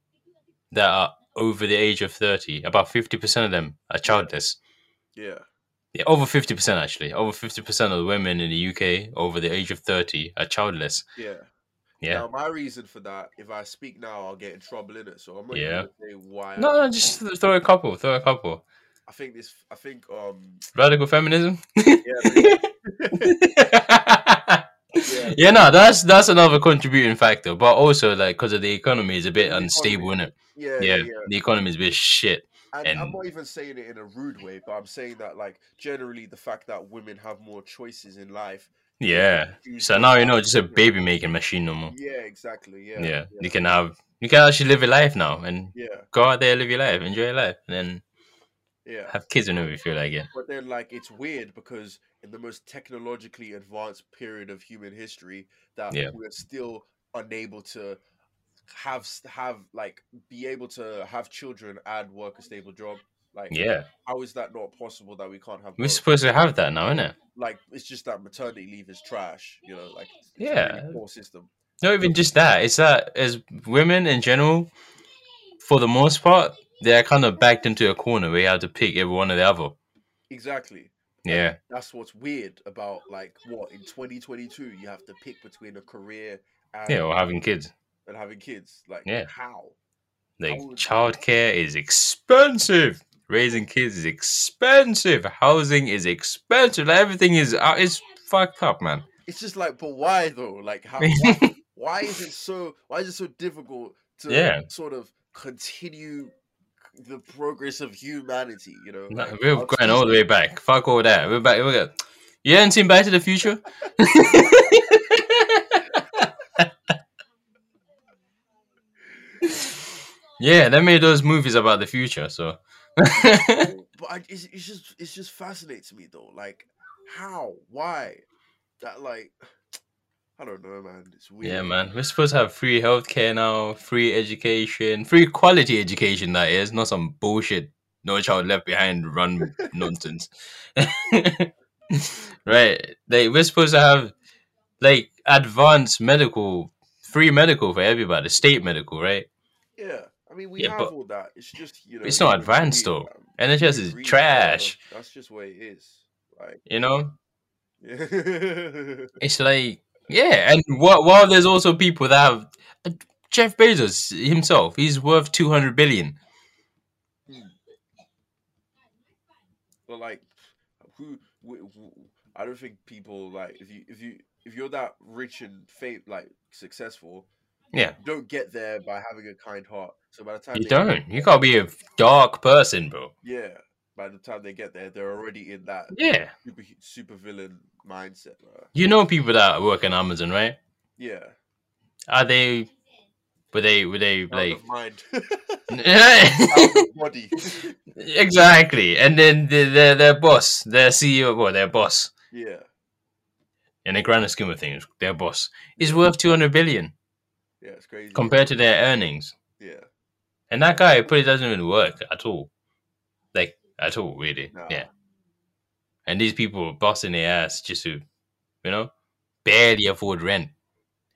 that are over the age of thirty, about fifty percent of them are childless. yeah. Yeah, over fifty percent actually. Over fifty percent of the women in the UK over the age of thirty are childless. Yeah. Yeah. Now my reason for that, if I speak now, I'll get in trouble in it. So I'm not Yeah. yeah. gonna say why. I No, no, think- just th- throw a couple, throw a couple. I think this. I think um. Radical feminism. Yeah. but- yeah. yeah, no, that's that's another contributing factor, but also like because of the economy is a bit The unstable, is it? Yeah. yeah, Yeah. yeah. the economy is a bit shit. And, I'm and- not even saying it in a rude way, but I'm saying that like generally the fact that women have more choices in life. Yeah. choose So what now you're path not just a to take. baby making machine no more. Yeah. Exactly. Yeah. Yeah. Yeah. You can have you can actually live your life now and Yeah. go out there, live your life, enjoy your life, and then yeah. have kids whenever you feel like it. But then, like, it's weird because in the most technologically advanced period of human history, that Yeah. we're still unable to have s- have like be able to have children and work a stable job. Like, Yeah. how is that not possible that we can't have? We're both? supposed to have that now, isn't it? like, it's just that maternity leave is trash. You know, like it's a Yeah. really poor system. Not even just that. It's that as women in general, for the most part, they are kind of backed into a corner where you have to pick every one or the other. Exactly. Yeah. That's what's weird about like what in 2022 you have to pick between a career and, Yeah, or having kids. and having kids. Like, Yeah. how? Like How- childcare is expensive. Raising kids is expensive. Housing is expensive. Like, everything is uh, it's fucked up, man. It's just like, but why though? Like, how? Why, why is it so? Why is it so difficult to Yeah. sort of continue the progress of humanity? You know, No, Like, we're our going all the way back. Fuck all that. We're back. We're good. You haven't seen Back to the Future? yeah, they made those movies about the future. So, system- but I, it's, it's just it's just fascinates me though. Like, how? Why? That like, I don't know, man. It's weird. yeah, man, we're supposed to have free healthcare now, free education, free quality education. That is not some bullshit. No child left behind. Run nonsense. right? Like we're supposed to have like advanced medical, free medical for everybody, state medical, right? Yeah. I mean, we Yeah, have but all that. It's just you know, it's not human advanced, greed, though. man. NHS Human greed, is bro. trash. That's just what it is. Like, You know, yeah. it's like yeah, and while, while there's also people that have Jeff Bezos himself, he's worth two hundred billion. but like who w- w- i don't think people like if you if you if you're that rich and fame like successful Yeah. you don't get there by having a kind heart so by the time You they get don't. You gotta be a dark person, bro. there- yeah by the time they get there they're already in that Yeah, super super villain mindset bruh. you know people that work in Amazon, right? yeah Are they? Were they? Were they out like? of mind out exactly. of body And then the, their their boss, their CEO, well, their boss, yeah in the grander scheme of things, their boss is worth two hundred billion. yeah it's crazy compared to their earnings. yeah And that guy probably doesn't even work at all. Like, at all, really. Nah. Yeah. And these people are busting their ass just to, you know, barely afford rent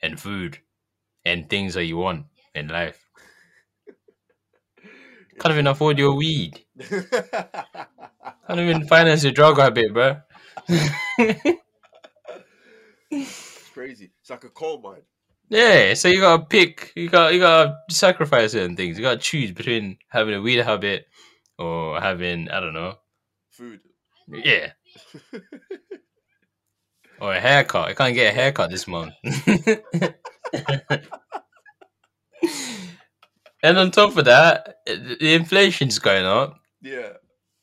and food and things that you want in life. Can't even afford your weed. Can't even finance your drug habit, bro. it's crazy it's like a coal mine Yeah, so you gotta pick, you got you gotta sacrifice certain things. You gotta choose between having a weed habit or having, I don't know, food yeah, Or a haircut. I can't get a haircut this month. and on top of that, the the inflation's going up. yeah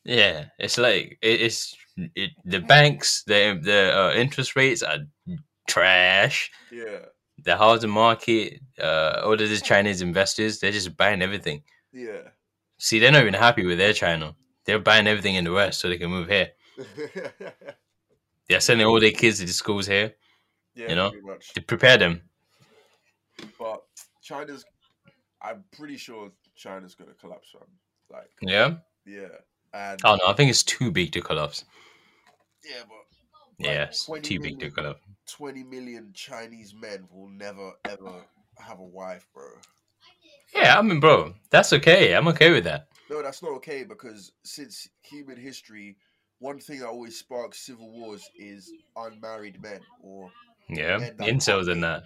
Yeah, it's like it, it's it, the banks, the the uh, interest rates are trash. yeah The housing market, uh, all of these Chinese investors, they're just buying everything. yeah See, they're not even happy with their China. They're buying everything in the West so they can move here. They're sending all their kids to the schools here yeah, You know? pretty much. to prepare them. But China's, I'm pretty sure China's gonna collapse, man. Like, Yeah. yeah, and Oh no, I think it's too big to collapse. yeah, but Like, Yeah, it's 20 too big to million. collapse. 20 million Chinese men will never ever have a wife, bro. Yeah, I mean, bro, that's okay. I'm okay with that. No, that's not okay because since human history, one thing that always sparks civil wars is unmarried men. Or Yeah, Yeah, that- incels and that.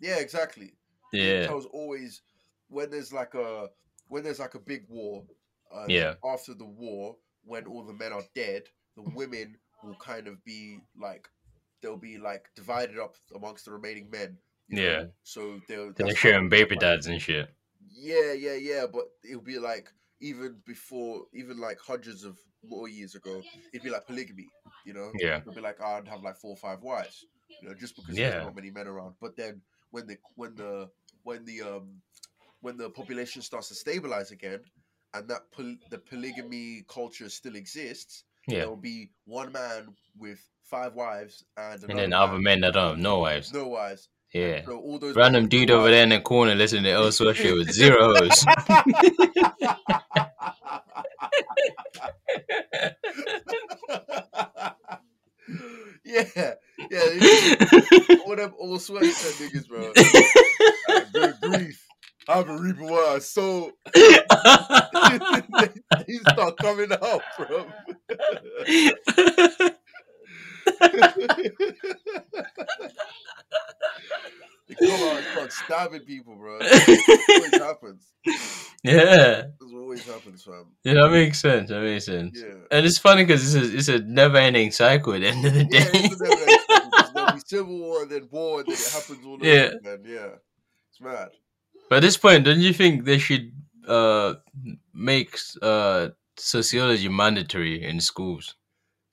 yeah, exactly. Yeah, Intel's always when there's like a when there's like a big war. Uh, Yeah. After the war, when all the men are dead, the women will kind of be like they'll be like divided up amongst the remaining men. you know? Yeah. So they'll. that's they're how- sharing baby dads and shit. Yeah, yeah, yeah. But it'll be like even before, even like hundreds of more years ago, it'd be like polygamy. You know. Yeah, It'll be like oh, I'd have like four or five wives you know, just because Yeah. there's not many men around. But then when the when the when the um when the population starts to stabilize again, and that pol- the polygamy culture still exists, yeah. there'll be one man with five wives and, And then another other man men that don't have no with wives. no wives. Yeah. So all those Random dude over there in the corner listening to El Sweatshirt with zero hoes. yeah, yeah. it's- All them all sweat niggas, bro. Like, good grief. I'm a reaper what I sold. they start coming out, bro. they come out and start stabbing people, bro. It always happens. yeah, That's what always happens, fam. yeah, that makes sense. That makes sense. Yeah. And it's funny because it's a, it's a never ending cycle at the end of the Yeah, day. it's the never-ending cycle. There's gonna be civil war and then war and then it happens all over Yeah. again. Yeah, it's mad. But at this point, don't you think they should uh, make uh, sociology mandatory in schools?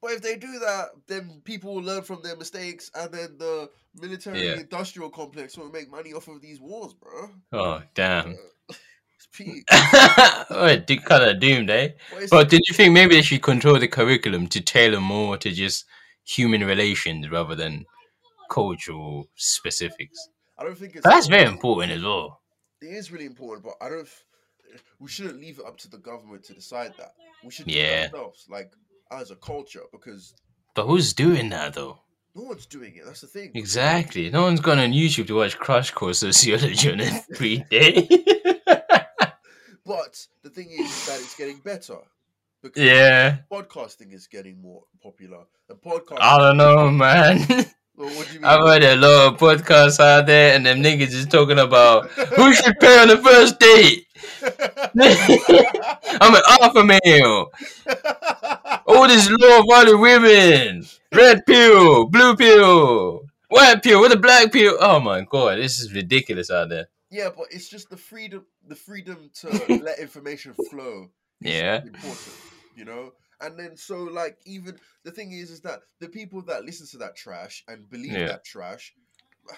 But if they do that, then people will learn from their mistakes, and then the Yeah. military-industrial complex will make money off of these wars, bro. Oh, damn. It's peak. what a kind of doomed, eh? But it's- But did you think maybe they should control the curriculum to tailor more to just human relations rather than cultural specifics? I don't think it's. But that's very important as well. It is really important, but I don't. f- We shouldn't leave it up to the government to decide that. We should do Yeah. it ourselves, like as a culture, because But who's doing that though? no one's doing it. That's the thing. Exactly. No one's gone on YouTube to watch Crash Course Sociology on a free day. But the thing is that it's getting better. Because yeah. podcasting is getting more popular. The podcast. I don't know, man. Well, what do you mean? I've heard a lot of podcasts out there, and them niggas is talking about who should pay on the first date. I'm an alpha male. All this law of all the women. Red pill, blue pill, white pill, with a black pill. Oh my god, this is ridiculous out there. yeah, but it's just the freedom, the freedom to let information flow. is Yeah. important, you know. And then so like even the thing is is that the people that listen to that trash and believe Yeah. that trash,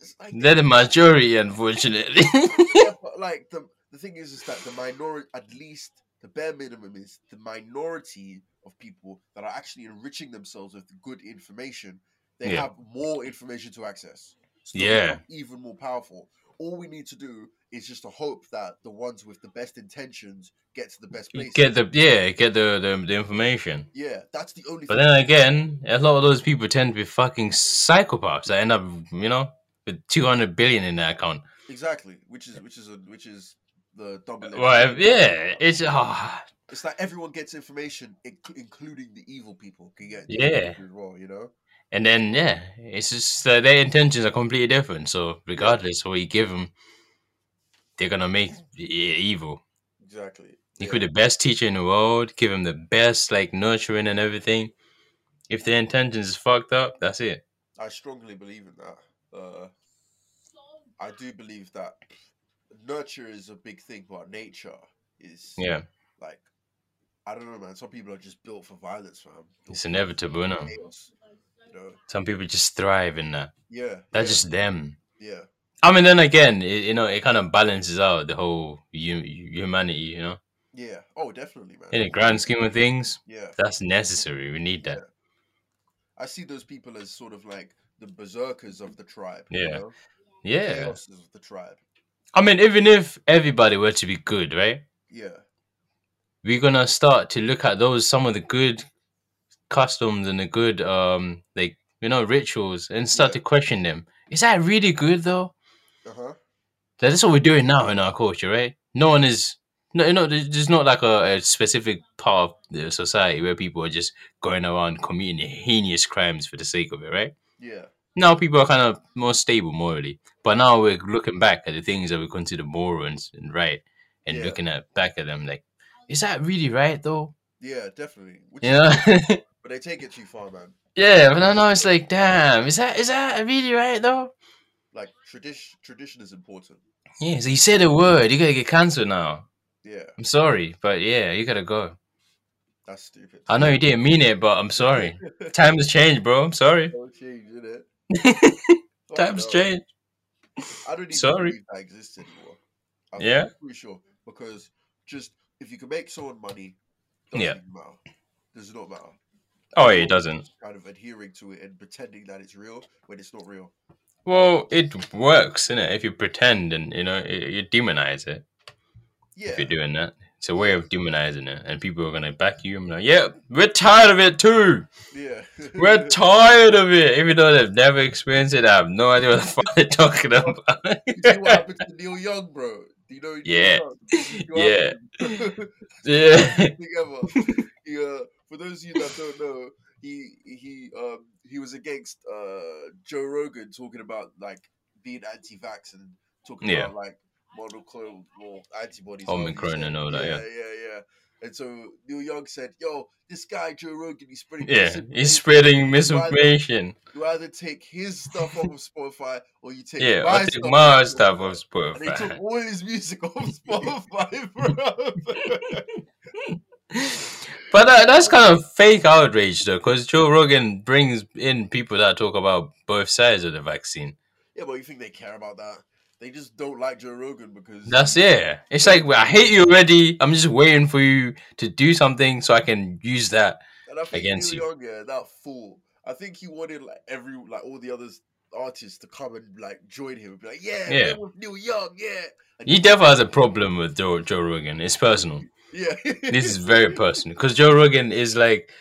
it's like They're the majority, unfortunately. yeah, but like the the thing is is that the minority, at least the bare minimum is the minority of people that are actually enriching themselves with good information. They Yeah. have more information to access. So they Yeah. become even more powerful. All we need to do is just to hope that the ones with the best intentions get to the best places. get the yeah, get the, the the information. yeah, that's the only. But thing. then again, a lot of those people tend to be fucking psychopaths that end up, you know, with two hundred billion in their account. Exactly, which is which is a, which is the double. Well, yeah, it's ah, it's like everyone gets information, inc- including the evil people can get Yeah. information as well. You know, and then yeah, it's just uh, their intentions are completely different. So regardless of what you give them, they're gonna make e- evil. exactly. You Yeah. could be the best teacher in the world, give them the best like nurturing and everything. If their intentions is fucked up, that's it. I strongly believe in that. Uh, I do believe that nurture is a big thing, but nature is Yeah, like I don't know, man. Some people are just built for violence, man. it's inevitable. No, Chaos, you know? some people just thrive in that. Yeah, That's yeah, just them. yeah, I mean, then again, it, you know, it kind of balances out the whole hu- humanity. You know, yeah. Oh, definitely, man. in the grand scheme of things, yeah. that's necessary. We need that. I see those people as sort of like the berserkers of the tribe. You Yeah. know? Yeah. Chaos of the tribe. I mean, even if everybody were to be good, right? Yeah. We're gonna start to look at those some of the good customs and the good, um, like you know, rituals, and start Yeah. to question them. Is that really good though? Uh huh. Like, That's what we're doing now in our culture, right? No one is. No, you know, there's there's not like a, a specific part of the society where people are just going around committing heinous crimes for the sake of it, right? Yeah. Now people are kind of more stable morally, but now we're looking back at the things that we consider moral and, and right, and Yeah. looking at back at them like, is that really right though? Yeah, definitely. Which You is know? but they take it too far, man. yeah, but now it's like, damn, is that is that really right though? Like tradition, tradition is important. Yeah, so you said a word, you gotta get cancelled now. Yeah, I'm sorry, but yeah, you gotta go. that's stupid. I know you didn't mean it, but I'm sorry. Times change, bro. I'm sorry. Oh, change, innit? Oh, Times no. change. I don't even Sorry. believe that exists anymore. I'm Yeah. pretty sure because just if you can make someone money, doesn't Yeah. even matter. Does not matter. Oh, it doesn't. Kind of adhering to it and pretending that it's real when it's not real. Well, it works, innit? If you pretend and you know you, you demonize it, Yeah. if you're doing that, It's a way of demonizing it, and people are gonna back you and be like, "Yeah, we're tired of it too. Yeah. We're tired of it." Even though they've never experienced it, I have no idea what the fuck they're talking you see what about. happened to Neil Young, bro? Do you know? Neil Yeah. Young? You see what yeah, happened? yeah. together. He, uh, for those of you that don't know, he he um he was against uh Joe Rogan talking about like being anti-vax and talking Yeah. about like monoclonal or antibodies. Omicron obviously. and all that, yeah. yeah, yeah, yeah. And so Neil Young said, "Yo, this guy Joe Rogan, he's spreading Yeah, misinformation. he's spreading misinformation. You either take his stuff off of Spotify or you take Yeah, my I think stuff my off of stuff was And they took Spotify. all his music off Spotify, bro. But that, that's kind of fake outrage, though, because Joe Rogan brings in people that talk about both sides of the vaccine. Yeah, but you think they care about that? They just don't like Joe Rogan because That's it. It's like well, I hate you already. I'm just waiting for you to do something so I can use that. And I think against Neil Young, yeah, that fool. I think he wanted like every like all the others artists to come and like join him and be like, yeah, Yeah. yeah. with Neil Young, yeah. And He definitely has a problem with Joe, Joe Rogan. It's personal. yeah. This is very personal because Joe Rogan is like,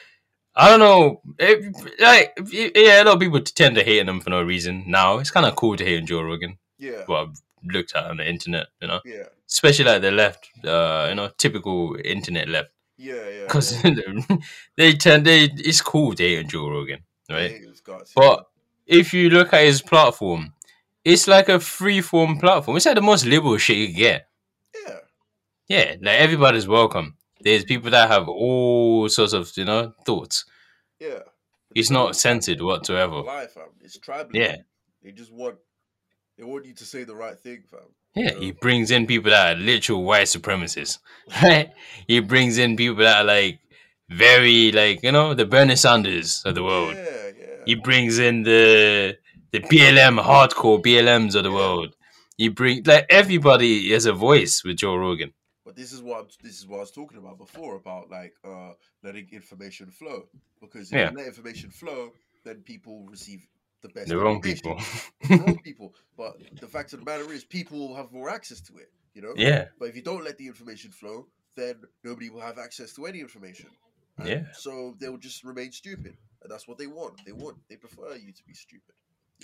I don't know, it, like y- yeah, a lot of people tend to hate on him for no reason. Now it's kind of cool to hate on Joe Rogan. yeah, What I've looked at on the internet, you know, yeah, especially like the left, uh, you know, typical internet left, yeah, yeah. because they tend they it's cool to hate on Joe Rogan, yeah. right? I hate his guts, yeah. But if you look at his platform, it's like a free form platform. It's like the most liberal shit you get. yeah, Yeah, like everybody's welcome. There's people that have all sorts of, you know, thoughts. yeah. It's not censored whatsoever. Life, fam. It's tribal. Oh. Yeah. They just want they want you to say the right thing, fam. Yeah, he brings in people that are literal white supremacists. Right? he brings in people that are like very like, you know, the Bernie Sanders of the world. Yeah, yeah. He brings in the the BLM hardcore BLMs of the Yeah. world. He bring like everybody has a voice with Joe Rogan. But this is what I'm, this is what I was talking about before about like uh, letting information flow because if Yeah. you let information flow, then people receive the best. The wrong information. people. The wrong people. But the fact of the matter is, people will have more access to it. You know. Yeah, But if you don't let the information flow, then nobody will have access to any information. And Yeah. So they will just remain stupid, and that's what they want. They want. They prefer you to be stupid.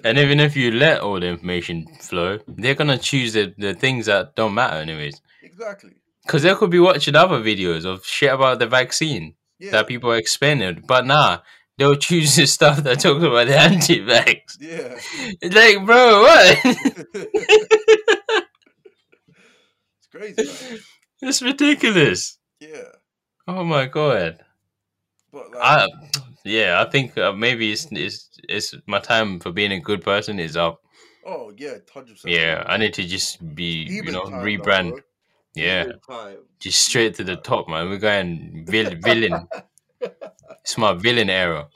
and even if you let all the information flow, they're gonna choose the, the things that don't matter anyways. Exactly. Because they could be watching other videos of shit about the vaccine Yeah. that people are explaining, but nah, they'll choose the stuff that talks about the anti-vax. yeah. It's like, bro, what? it's crazy. Man. it's ridiculous. Yeah. Oh my god. But like, I yeah, I think uh, maybe it's, it's it's my time for being a good person is up. oh yeah, hundred percent. Yeah, I need to just be you know rebrand. Yeah, just straight to the top, man. We're going vil- villain. It's my villain era.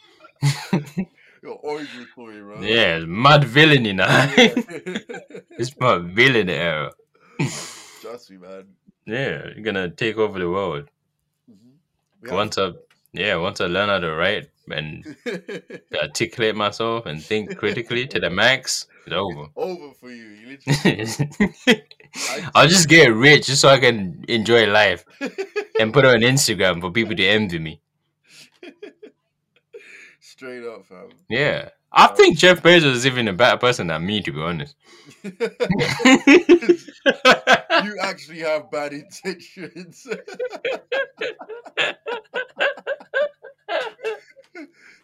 Your origin story, bro. Yeah, mad villain, you know. Yeah. it's my villain era. Trust me, man. Yeah, you're gonna take over the world Mhm. We have- once I yeah once I learn how to write and articulate myself and think critically to the max. It's over. Over for you. You literally. I'll just get rich just so I can enjoy life and put it on Instagram for people to envy me. Straight up, fam. Yeah. I think Jeff Bezos is even a better person than me, to be honest. you actually have bad intentions.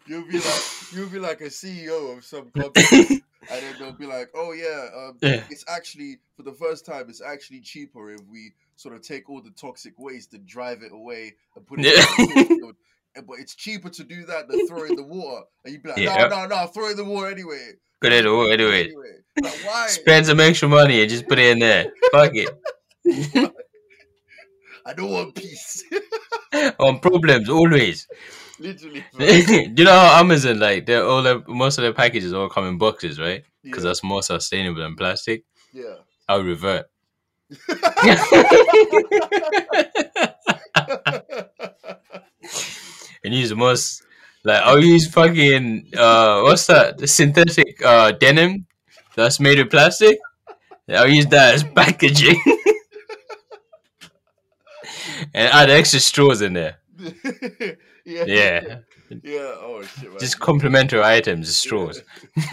you'll be like you'll be like a CEO of some company, and then they'll be like, "Oh yeah, um, Yeah. it's actually for the first time, it's actually cheaper if we sort of take all the toxic waste and drive it away and put it." in the Yeah. cornfield. And- But it's cheaper to do that than throw it in the water. And you'd be like, Yeah. no, no, no, throw it in the water anyway. Good at all, anyway. Anyway. Like, why? Spend some extra money and just put it in there. Fuck it. I don't want peace. on problems, always. Literally. Do you know how Amazon, like, they're all, their, most of their packages all come in boxes, right? Yeah. Because that's more sustainable than plastic. yeah. I'll revert. and use the most like I'll use fucking uh what's that the synthetic uh denim that's made of oh, plastic. I'll use that as packaging. and add extra straws in there. yeah. Yeah, Yeah. Oh shit, man. just complementary items, just straws.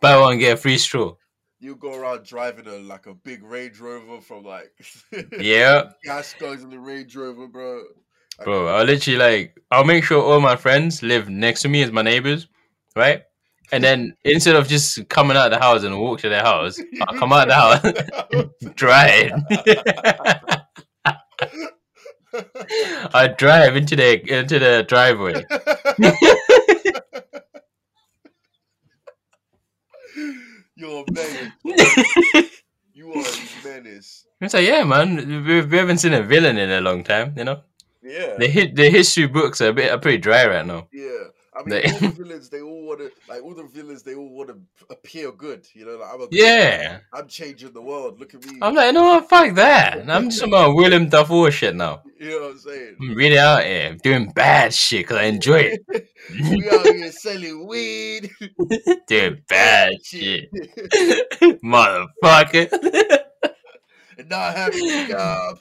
Buy one get a free straw. you go around driving a like a big Range Rover from like Yeah, gas guns in the Range Rover, bro. Like, bro. I'll literally like I'll make sure all my friends live next to me as my neighbors, right? And then instead of just coming out the house and walk to their house, I'll come out the house drive. I drive into the into the driveway. You're a menace. You are a menace. It's like, yeah, man, we, we haven't seen a villain in a long time, you know. Yeah. The hi- the history books are a bit are pretty dry right now. Yeah, I mean, They- all the villains they all want to like all the villains they all want to appear good. You know, like I'm a good guy, Yeah, I'm changing the world. Look at me. I'm like, no, fuck that. I'm just about William Dafoe shit now. you know what I'm saying? I'm really out here doing bad shit because I enjoy it. we out here selling weed. doing bad shit, motherfucker. and not having a job.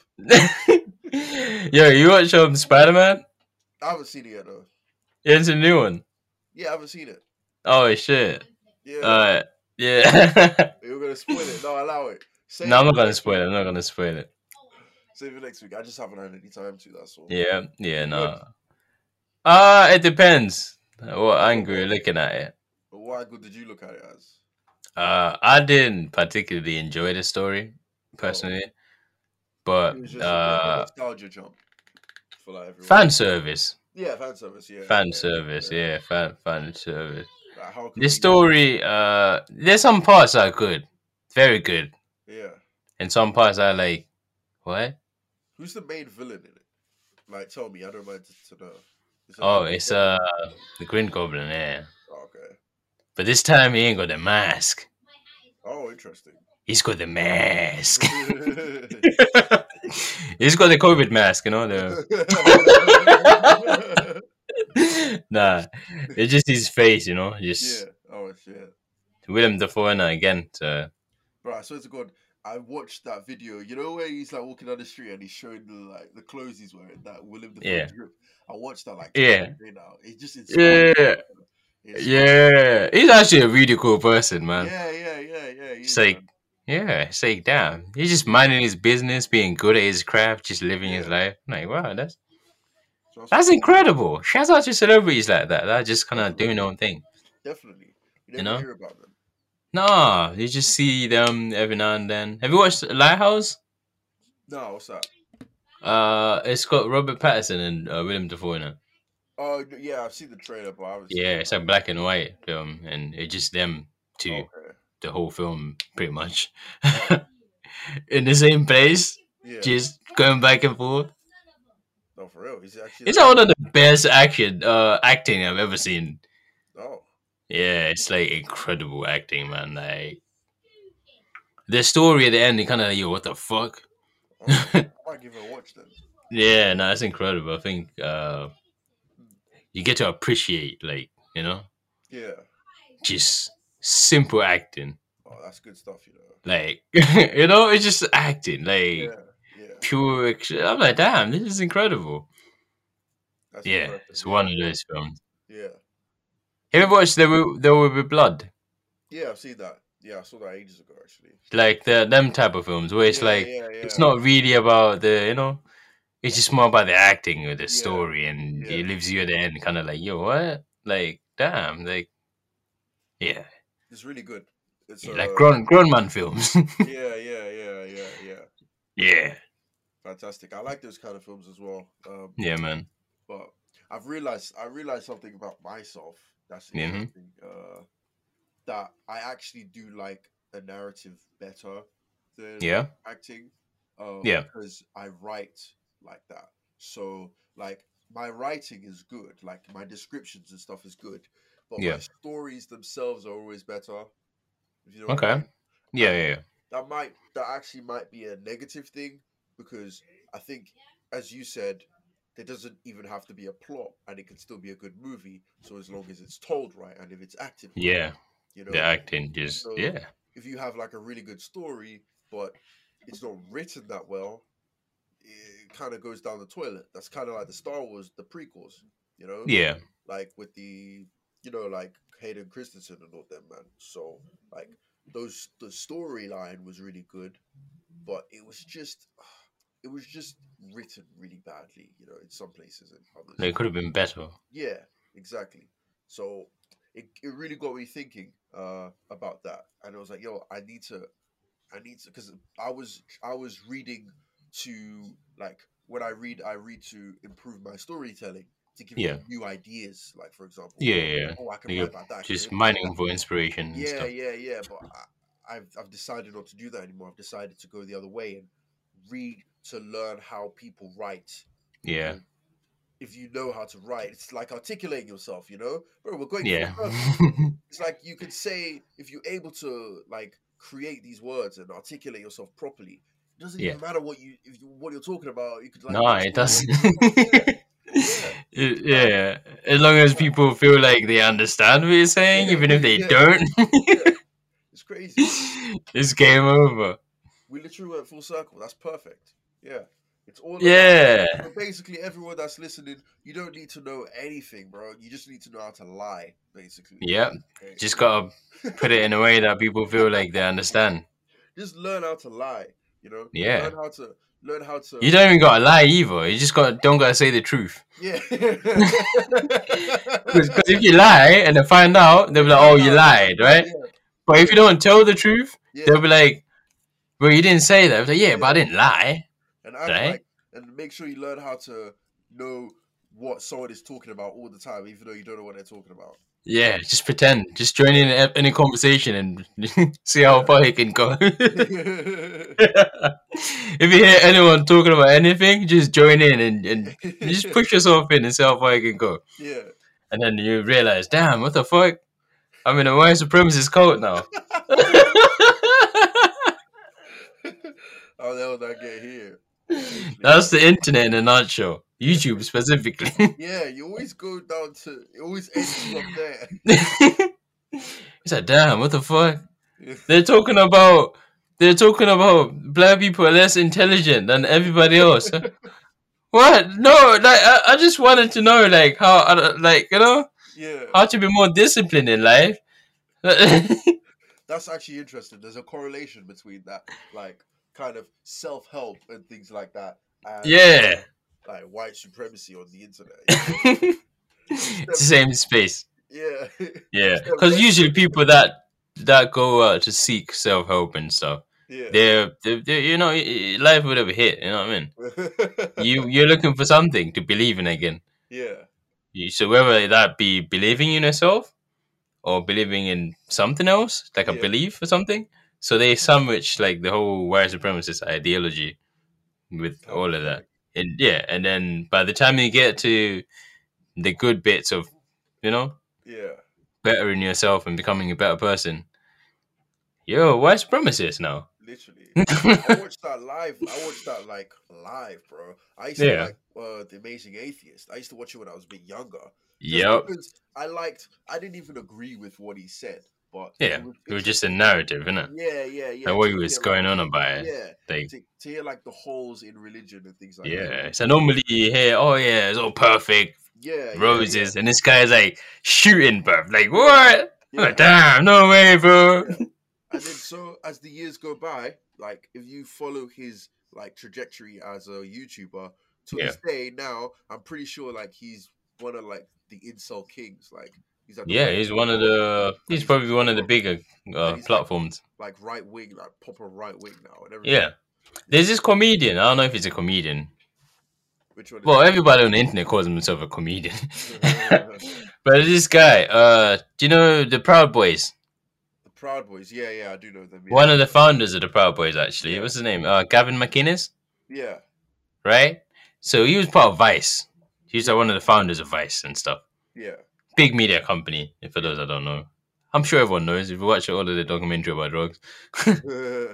Yo, you watch um Spider Man? I haven't seen it yet though. It's a new one. Yeah, I haven't seen it. Oh shit. Yeah, Uh, yeah. you're gonna spoil it. No, allow it. Save no, I'm it not for gonna next spoil week. it. I'm not gonna spoil it. Save it next week. I just haven't had any time to. That's all. Yeah, yeah, no. Good. Uh it depends what angle you're looking at it. But why good did you look at it as? Uh, I didn't particularly enjoy the story personally, but Oh. It was just a uh, nostalgia jump for like everyone. fan service, Yeah, fan service. Yeah, fan yeah, service, yeah, fan fan service. Like, how could The we- story, uh, there's some parts that are good, very good, Yeah. and some parts are like, what? Who's the main villain in it? Like, tell me. I don't mind to, to know. Is it Oh, like- it's uh the Green Goblin, yeah. Oh, okay. But this time he ain't got the mask. Oh, interesting. He's got the mask. He's got the COVID mask, you know. The... yeah. nah, it's just his face, you know. Just Oh shit, William Dafoe now again. So bro! I swear to God, I watched that video. You know where he's like walking down the street and he's showing the, like the clothes he's wearing, that William the Yeah. Grip. I watched that like Yeah. right now. It just yeah, inspired me. It's- yeah, he's actually a really cool person, man. yeah, yeah, yeah, yeah. It's like, yeah, it's like, damn, he's just minding his business, being good at his craft, just living his Yeah. life. I'm like, wow, that's like that's incredible. Shout out to celebrities like that. That are just kind of doing their Definitely. own thing. definitely. You You never know? hear about them. Nah, you just see them every now and then. Have you watched Lighthouse? No, what's that? Uh, it's got Robert Pattinson and uh, William Dafoe in it. Oh n- yeah, I've seen the trailer, but I haven't seen Yeah, it. it's like black and white film, and it's just them two, Okay. the whole film, pretty much, in the same place, Yeah. just going back and forth. No, for real. He's actually. It's like one of the best action uh, acting I've ever seen. Oh, Yeah, it's like incredible acting, man. Like the story at the end, you kind of like, yo, what the fuck? oh, I might give it a watch then. yeah, no, it's incredible. I think uh, you get to appreciate, like you know, Yeah. just simple acting. Oh, that's good stuff, you know. Like you know, it's just acting, like Yeah. Yeah. pure. Action. I'm like, damn, this is incredible. That's Yeah, impressive, it's yeah. one of those films. Yeah. Have you ever watched There Will, there Will Be Blood? Yeah, I've seen that. Yeah, I saw that ages ago, actually. Like the them type of films where it's Yeah, like yeah, it's yeah. not really about the you know it's just more about the acting or the Yeah, story and yeah. it leaves you at the end kind of like yo what like damn like yeah It's really good. It's like uh, grown grown man films Yeah, yeah, yeah, yeah, yeah. yeah Fantastic. I like those kind of films as well. Um, yeah man but I've realized I realized something about myself that's Mhm. interesting. Uh, that I actually do like a narrative better than yeah acting. Um, Yeah. Because I write like that. So, like, my writing is good. Like, my descriptions and stuff is good. But Yeah. my stories themselves are always better. If you know what I okay mean. yeah yeah, yeah. That might, that actually might be a negative thing because I think, as you said, there doesn't even have to be a plot and it can still be a good movie. So, as long as it's told right and if it's acted, right, Yeah, you know, the acting just So- yeah, if you have like a really good story, but it's not written that well, it kind of goes down the toilet. That's kind of like the Star Wars, the prequels, you know? Yeah. Like with the, you know, like Hayden Christensen and all them, man. So, like, those, the storyline was really good, but it was just, it was just written really badly, you know, in some places and others. They could have been better. Yeah, exactly. So it, it really got me thinking uh, about that, and I was like, yo, I need to, I need to, because I was I was reading to like when I read I read to improve my storytelling to give Yeah. me new ideas. Like for example, Yeah, yeah, yeah. oh, I can Like, uh, write about that. I can Just write mining for inspiration and yeah, stuff. yeah, yeah. But I, I've I've decided not to do that anymore. I've decided to go the other way and read to learn how people write. Yeah. If you know how to write, it's like articulating yourself. You know, bro, we're going. for Yeah. purpose. it's like you could say if you're able to like create these words and articulate yourself properly. It doesn't even matter what you if you, what you're talking about. You could like no, make it sure doesn't. you- Yeah. It- yeah. As long as people feel like they understand what you're saying, Yeah, even if they yeah. don't, it's crazy. it's game over. We literally went full circle. That's perfect. Yeah, it's all about- Yeah. But basically, everyone that's listening, you don't need to know anything, bro. You just need to know how to lie, basically. Yep. Okay? Just gotta put it in a way that people feel like they understand. just learn how to lie. You know. Yeah. Learn how to learn how to. You don't even gotta lie either. You just got don't gotta say the truth. Yeah. Because if you lie and they find out, they'll be like, "Oh, you lied, right?" Yeah. But if you don't tell the truth, yeah. they'll be like, "Well, you didn't say that." I'll be like, yeah, but I didn't lie. and act Right? like, and make sure you learn how to know what someone is talking about all the time, even though you don't know what they're talking about. Yeah, just pretend. Just join in a- any conversation and see how far it can go. if you hear anyone talking about anything, just join in and, and just push yourself in and see how far you can go. yeah. And then you realize, damn, what the fuck? I'm in a white supremacist cult now. How the hell did Oh, I get here? That's the internet in a nutshell. YouTube specifically. Yeah, you always go down to it always ends up there. it's like, damn, what the fuck? Yeah. They're talking about they're talking about black people are less intelligent than everybody else. what? No, like I, I just wanted to know like how I don't- like you know Yeah. how to be more disciplined in life. That's actually interesting. There's a correlation between that, like kind of self help and things like that. And, yeah, Like white supremacy on the internet. it's the same space. yeah. Yeah, because usually people that that go out to seek self help and stuff, yeah. they're, they're, they're you know i- i- life would have hit. You know what I mean? You you're looking for something to believe in again. yeah. You- So whether that be believing in yourself or believing in something else, like a Yeah. belief or something. So they sandwich like the whole white supremacist ideology with Oh, all of that. And yeah, and then by the time you get to the good bits of, you know, Yeah. bettering yourself and becoming a better person, you're a white supremacist now. Literally. I watched that live. I watched that like live, bro. I used Yeah. to like uh, the Amazing Atheist. I used to watch it when I was a bit younger. Just yep. because I liked. I didn't even agree with what he said, but Yeah. It was just a narrative, isn't it? yeah, yeah, yeah. And what to was hear, going on like, about it. Yeah, Like, to, to hear like the holes in religion and things like that. yeah. So normally you hear, oh, yeah, it's all perfect. yeah, yeah, roses, and this guy's like shooting, bro. Like what? Yeah, I'm yeah. like, damn, no way, bro. And then so as the years go by, like if you follow his like trajectory as a YouTuber to this day now, I'm pretty sure like he's one of like the insult kings. Like he's like the Yeah, right- he's one of the. He's probably one of the bigger And uh, he's like- platforms. like right wing, like proper right wing now and everything. Yeah, there's this comedian. I don't know if he's a comedian. Which one? is Well, it? everybody on the internet calls himself a comedian. but there's this guy, uh, do you know the Proud Boys? the Proud Boys. Yeah, yeah, I do know them. Yeah. One of the founders of the Proud Boys, actually. Yeah. What's his name? Uh, Gavin McInnes, yeah, right? So he was part of Vice. He's like one of the founders of Vice and stuff. yeah, big media company. If for those that don't know, I'm sure everyone knows. If you watch all of the documentary about drugs, right,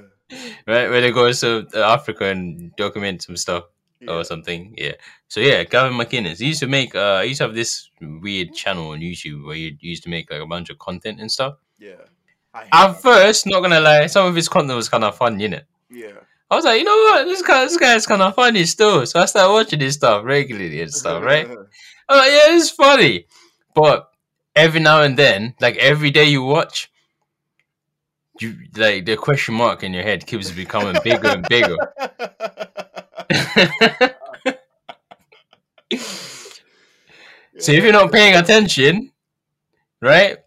where they go to Africa and document some stuff yeah. or something, yeah. So yeah, Gavin McInnes. He used to make. Uh, he used to have this weird channel on YouTube where he used to make like a bunch of content and stuff. yeah. I hate At that. first, not gonna lie, some of his content was kind of fun, innit? yeah, I was like, you know what, this guy, this guy's kind of funny still. So I started watching his stuff regularly and stuff, right? I'm like, Oh, yeah, it's funny, but every now and then, like every day you watch, you like the question mark in your head keeps becoming bigger and bigger. So if you're not paying attention, right,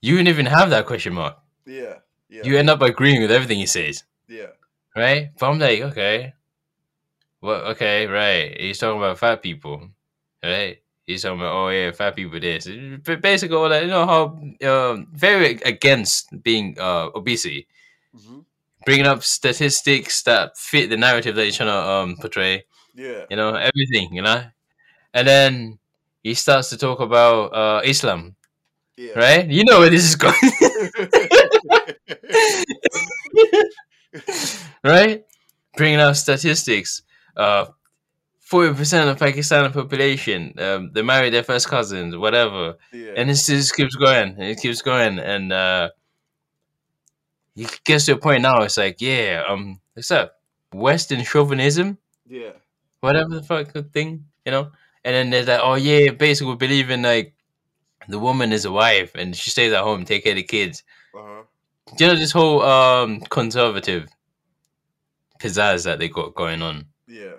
you wouldn't even have that question mark. yeah, yeah, You end up agreeing with everything he says, yeah, right? But I'm like, okay, well, okay, right. He's talking about fat people, right? He's talking about oh yeah, fat people this. But basically, all that you know how um, very against being uh, obesity, hmm bringing up statistics that fit the narrative that you're trying to um, portray yeah, you know everything you know and then he starts to talk about uh islam yeah. right you know where this is going right bringing out statistics uh 40% of pakistani population um, they marry their first cousins whatever yeah. and it just keeps going and it keeps going and uh it gets to a point now it's like yeah um what's up western chauvinism yeah, whatever the fuck good thing, you know. And then there's like, oh yeah, basically we believe in like the woman is a wife and she stays at home, take care of the kids. uh-huh. Do you know this whole um conservative pizzazz that they got going on? yeah,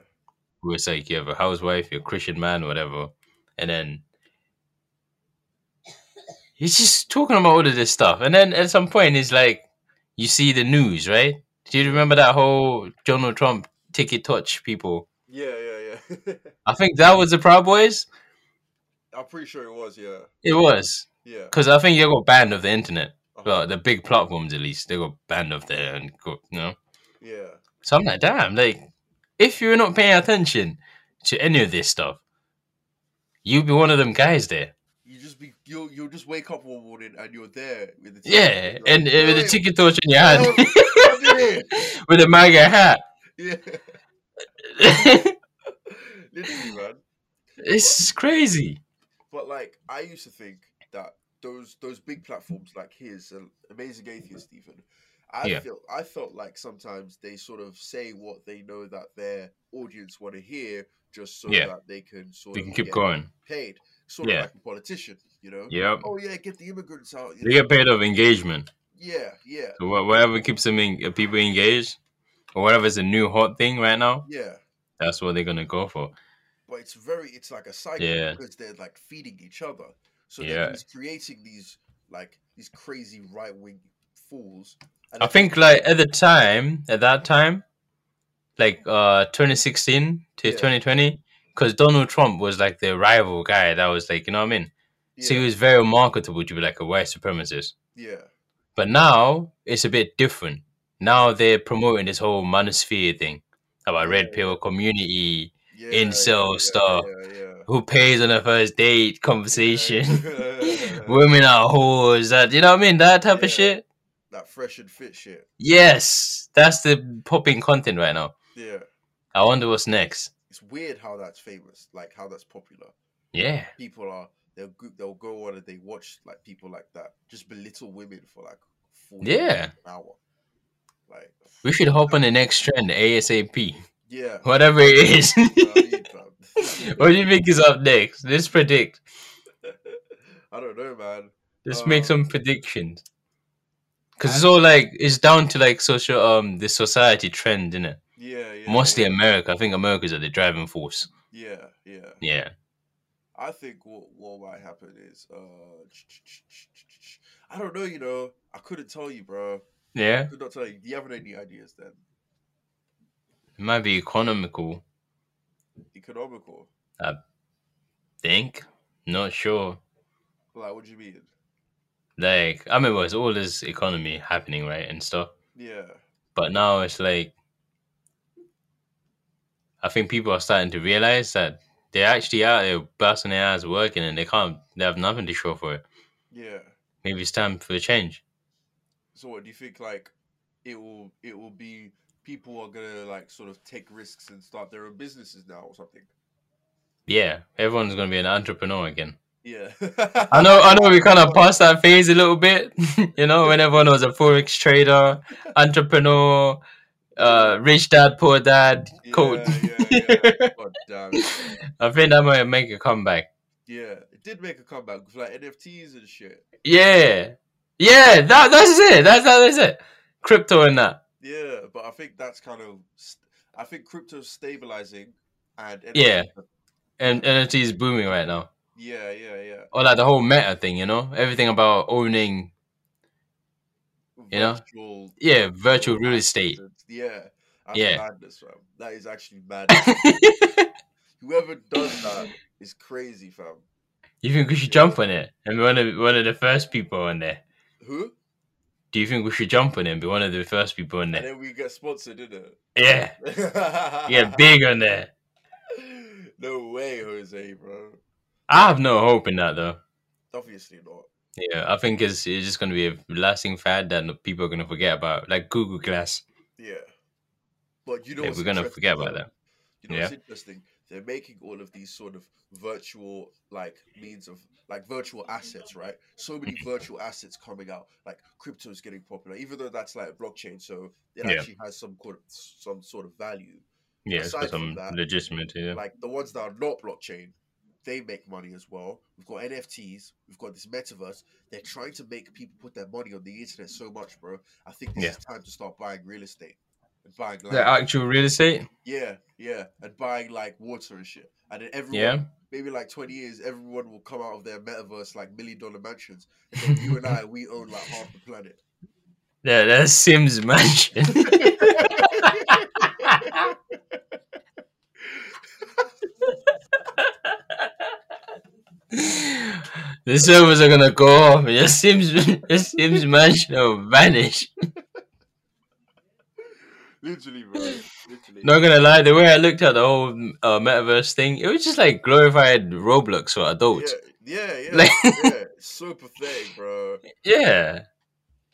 Where it's like you have a housewife, you're a Christian man, whatever, and then he's just talking about all of this stuff. And then at some point, he's like, you see the news, right? Do you remember that whole Donald Trump ticket touch people? yeah, yeah, yeah. I think that was the Proud Boys. I'm pretty sure it was. Yeah, It was yeah. because I think they got banned of the internet. uh-huh, Well, the big platforms, at least, they got banned off there, and got, you know. yeah, So I'm like, damn, like if you're not paying attention to any of this stuff, you'd be one of them guys there. you just be you you'll just wake up one morning and you're there with the ticket, Yeah, like, and uh, with a "Hey, ticket torch in your what hand, the hell- what is it?" with a MAGA hat. yeah, literally, man. it's crazy. But like, I used to think that those those big platforms like his and Amazing Atheist even, I Yeah. feel I felt like sometimes they sort of say what they know that their audience want to hear just so Yeah. that they can sort We of can keep get going. paid, sort Yeah. of like a politician, you know. Yep. Oh yeah, get the immigrants out. you They know? get paid of engagement. Yeah, yeah, So wha- whatever keeps them en- people engaged, or whatever's a new hot thing right now, yeah. that's what they're gonna go for. But it's very it's like a cycle Yeah. because they're like feeding each other. So Yeah. they're just creating these like these crazy right wing fools. And I think like at the time, at that time, like uh 2016 to Yeah. 2020, because Donald Trump was like the rival guy that was like, you know what I mean? So he yeah, was very marketable to be like a white supremacist. yeah, But now it's a bit different. Now they're promoting this whole manosphere thing about red Yeah, pill community, yeah, incel yeah, stuff. Yeah, yeah. who pays on a first date conversation, Yeah. women are whores, that you know what I mean? That type Yeah. of shit. that fresh and fit shit. Yes, that's the popping content right now. Yeah. I wonder what's next. It's weird how that's famous, like how that's popular. Yeah. People are they'll go, they'll go on and they watch like people like that just belittle women for like 40 minutes Yeah. an hour. Like We should hop on the next trend ASAP. yeah. Whatever it is. you know what I mean, fam? what do you think is up next? Let's predict. I don't know, man. Let's Uh, make some predictions. Cause it's all like it's down to like social um the society trend, innit? Yeah, yeah. Mostly yeah. America. I think America's are the driving force. Yeah, yeah. Yeah. I think what what might happen is uh I don't know, you know. I couldn't tell you, bro. Yeah. could not tell you. Do you have any ideas then? It might be economical. Economical? think. Not sure. Like, what do you mean? Like, I mean, well, it's all this economy happening, right, and stuff. Yeah, But now it's like, I think people are starting to realize that they're actually out there busting their ass working, and they can't. They have nothing to show for it. yeah. Maybe it's time for a change. So, what do you think? Like, it will it will be people are gonna like sort of take risks and start their own businesses now or something. Yeah, everyone's gonna be an entrepreneur again. Yeah, I know, I know, we kind of passed that phase a little bit. you know, when everyone was a forex trader, entrepreneur, uh, rich dad, poor dad, code. Yeah, yeah, yeah. God damn. it. I think that might make a comeback. Yeah, it did make a comeback with like NFTs and shit. Yeah, yeah, that that's it. That's that is it. Crypto and that. Yeah, but I think that's kind of. St- I think crypto's stabilizing, and NFTs Yeah. are- And NFT is booming right now. yeah, yeah, yeah. Or like the whole meta thing, you know, everything about owning, You know? Virtual, yeah, virtual real estate. assets. Yeah, that's Yeah. madness, fam. That is actually madness. Whoever does that is crazy, fam. you think we should jump on it and be one of one of the first people on there? Who? Do you think we should jump on it and be one of the first people on And there? then we get sponsored, didn't it? Yeah, yeah, big on there. no way, Jose, bro. I have no hope in that though. Obviously not. Yeah, I think it's it's just gonna be a lasting fad that no- people are gonna forget about, like Google Glass. Yeah. But you know, Yeah, what's we're gonna interesting, forget about though? that. You know, what's interesting. They're making all of these sort of virtual, like means of like virtual assets, right? So many virtual assets coming out. Like crypto is getting popular, even though that's like blockchain, so it Yeah. actually has some sort of, some sort of value. Yeah, it's got Aside from some that, legitimate. Yeah. like the ones that are not blockchain, they make money as well. We've got NFTs, we've got this metaverse. They're trying to make people put their money on the internet so much, bro. I think this Yeah. is time to start buying real estate and buying land. the actual real estate. yeah, yeah, and buying like water and shit. And then everyone, Yeah. maybe like twenty years, everyone will come out of their metaverse like million dollar mansions. And then you and I, we own like half the planet. Yeah, that's Sims Mansion. the servers are gonna go off. and Your Sims, your Sims Mansion will vanish. Literally, bro. Literally. Not gonna lie, the way I looked at the whole uh, metaverse thing, it was just like glorified Roblox for Yeah, adults. yeah, yeah. Like- yeah. It's so pathetic, bro. Yeah,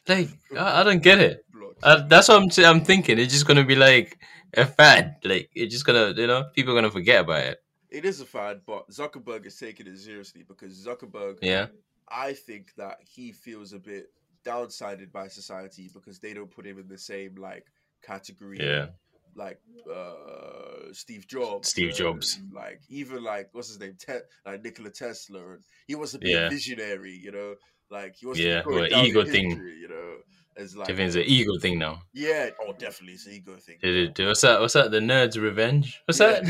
like I, I don't get it. Blocks. Uh, that's what I'm, I'm thinking. It's just gonna be like a fad. Like it's just gonna, you know, people are gonna forget about it. It is a fad, but Zuckerberg is taking it seriously because Zuckerberg, Yeah, I think that he feels a bit downsided by society because they don't put him in the same like category, yeah, like uh, Steve Jobs, Steve and, Jobs. like even like what's his name, Te- like Nikola Tesla, and he wants to be a Yeah. visionary, you know, like he wants Yeah, to be going well, down in ego thing. history, you know, as I like think it's an ego thing now. yeah, oh definitely it's an ego thing. Did it- What's that? What's that? The nerds' revenge. What's that?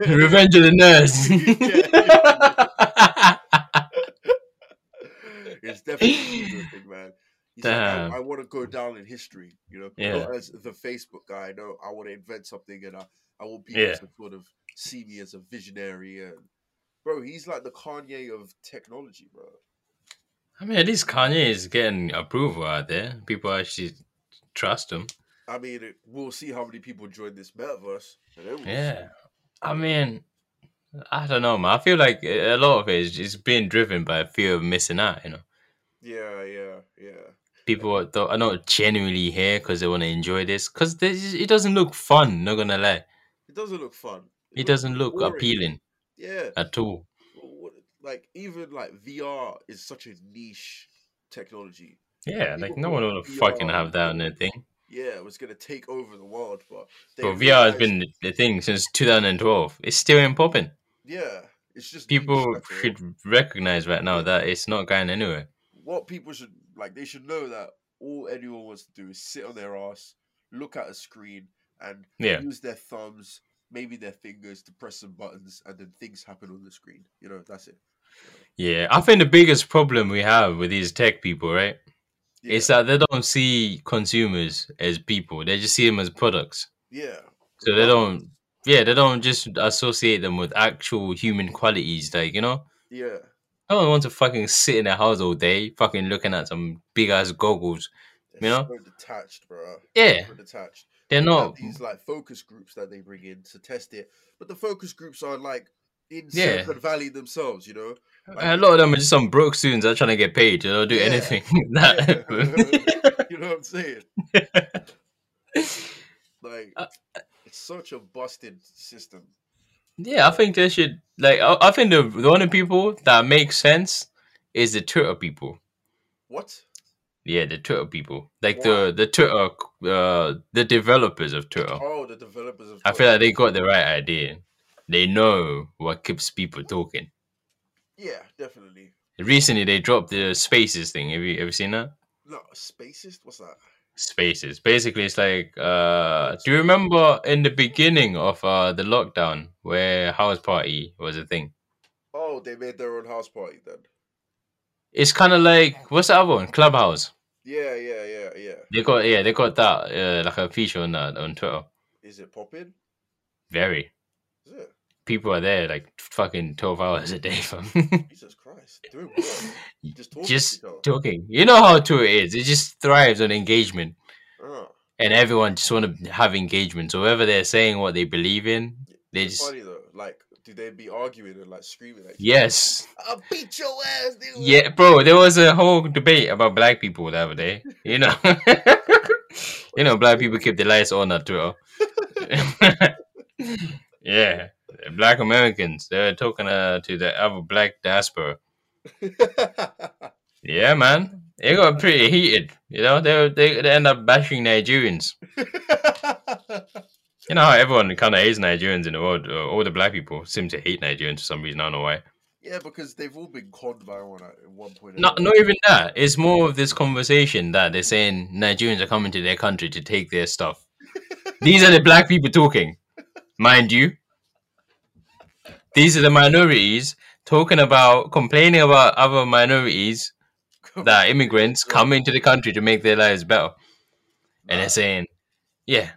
Yeah. revenge of the nerds. it's definitely a good thing, man. He's like, I, Damn. I want to go down in history, you know, Yeah. not as the Facebook guy. No, I want to invent something, and I, I want people Yeah. to sort of see me as a visionary. And bro, he's like the Kanye of technology, bro. I mean, at least Kanye is getting approval out there. People actually trust him. I mean, it, we'll see how many people join this metaverse. and then we'll see. Yeah. I mean, I don't know, man. I feel like a lot of it is just being driven by fear of missing out. You know, yeah, yeah, yeah. people are, th- are not genuinely here because they want to enjoy this. Because it doesn't look fun. Not gonna lie, It doesn't look fun. it doesn't look boring. appealing Yeah, at all. what, like even like VR is such a niche technology. Yeah, People like no who one are will fucking VR have that on their thing. yeah, it was going to take over the world, but they But VR has realized- been the thing since 2012. It's still in popping. yeah, it's just niche, People that's all. should recognize right now that it's not going anywhere. what people should like they should know that all anyone wants to do is sit on their ass, look at a screen, and Yeah, use their thumbs, maybe their fingers to press some buttons, and then things happen on the screen. You know, that's it. yeah. I think the biggest problem we have with these tech people, right, Yeah, is that they don't see consumers as people. They just see them as products. yeah, So they don't, yeah, they don't just associate them with actual human qualities. Like you know, yeah, I don't want to fucking sit in their house all day, fucking looking at some big ass goggles. they're You know? so detached, bro. Yeah, So detached. they're they have not. these like focus groups that they bring in to test it, but the focus groups are like in Yeah. Silicon Valley themselves, you know. Like, A lot of them are just some broke students that are trying to get paid. They'll do Yeah. anything. that- you know what I'm saying? like, Uh, it's such a busted system. yeah, I think they should. Like, I, I think the, the only people that make sense is the Twitter people. What? Yeah, the Twitter people, like Why? the the Twitter uh, the developers of Twitter. Oh, the developers of I feel like they got the right idea. They know what keeps people talking. yeah, definitely. Recently, they dropped the Spaces thing. Have you ever seen that? No, spacist. What's that? Spaces. Basically, it's like, uh, do you remember in the beginning of uh, the lockdown where house party was a thing? Oh, they made their own house party then. It's kind of like what's the other one? Clubhouse. Yeah, yeah, yeah, yeah. They got yeah, they got that uh, like a feature on that on Twitter. Is it popping? Very Is it? people are there like fucking twelve hours a day, fam. Jesus Christ! Doing what? Just talking. just to each other. talking. You know how Twitter is. It just thrives on engagement, Ah, and everyone just want to have engagement. So whether they're saying what they believe in, they it's just funny though. Like, do they be arguing and like screaming? Like, yes, I'll beat your ass, nigga. yeah, bro. There was a whole debate about black people the other day. You know, you know, black people keep the lights on at Twitter. yeah, black Americans. They were talking uh, to the other black diaspora. Yeah, man, it got pretty heated. You know, they they, they end up bashing Nigerians. You know how everyone kind of hates Nigerians in the world. Uh, all the black people seem to hate Nigerians for some reason. I don't know why. yeah, because they've all been conned by one at one point. or Not another. not even that. It's more of this conversation that they're saying Nigerians are coming to their country to take their stuff. These are the black people talking, mind you. These are the minorities talking about complaining about other minorities that are immigrants coming to the country to make their lives better, Nah, and they're saying, "Yeah,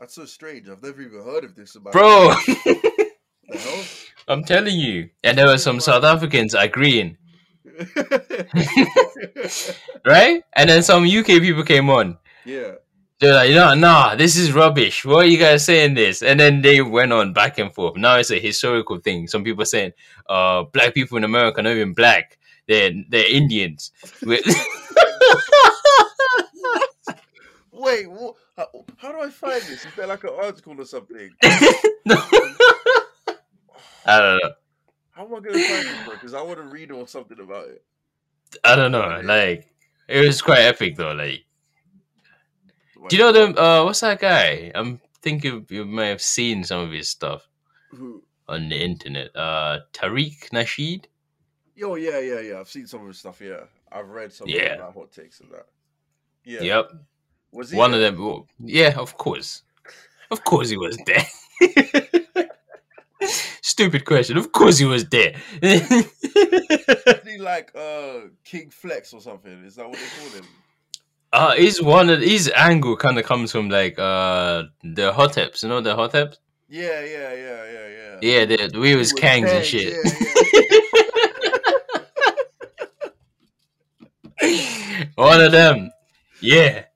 that's so strange. I've never even heard of this. About bro." the hell? I'm telling you. And there were some South Africans agreeing, right? And then some UK people came on. yeah, They're like, no, nah, this is rubbish. Why are you guys saying this? And then they went on back and forth. Now it's a historical thing. Some people saying, uh, black people in America are not even black. They're they're Indians. We- Wait, wha- how, how do I find this? Is there like an article or something? I don't know. How am I gonna find this, bro? Because I want to read or something about it. I don't know. Like it was quite epic though. Like do you know them? Uh, what's that guy? I'm thinking you may have seen some of his stuff Who- on the internet. Uh, Tariq Nasheed. Yo, yeah, yeah, yeah. I've seen some of his stuff. Yeah, I've read some Yeah. of that hot takes and that. Yeah, Yep. was he One there? of them. oh, Yeah, of course. Of course he was there. Stupid question. Of course he was there. Is he like uh King Flex or something? Is that what they call him? uh his one of his angle kind of comes from like uh the hoteps, you know the hoteps? Yeah, yeah, yeah, yeah, yeah. Yeah, the we was With kangs and tags, shit. Yeah, one of them. Yeah.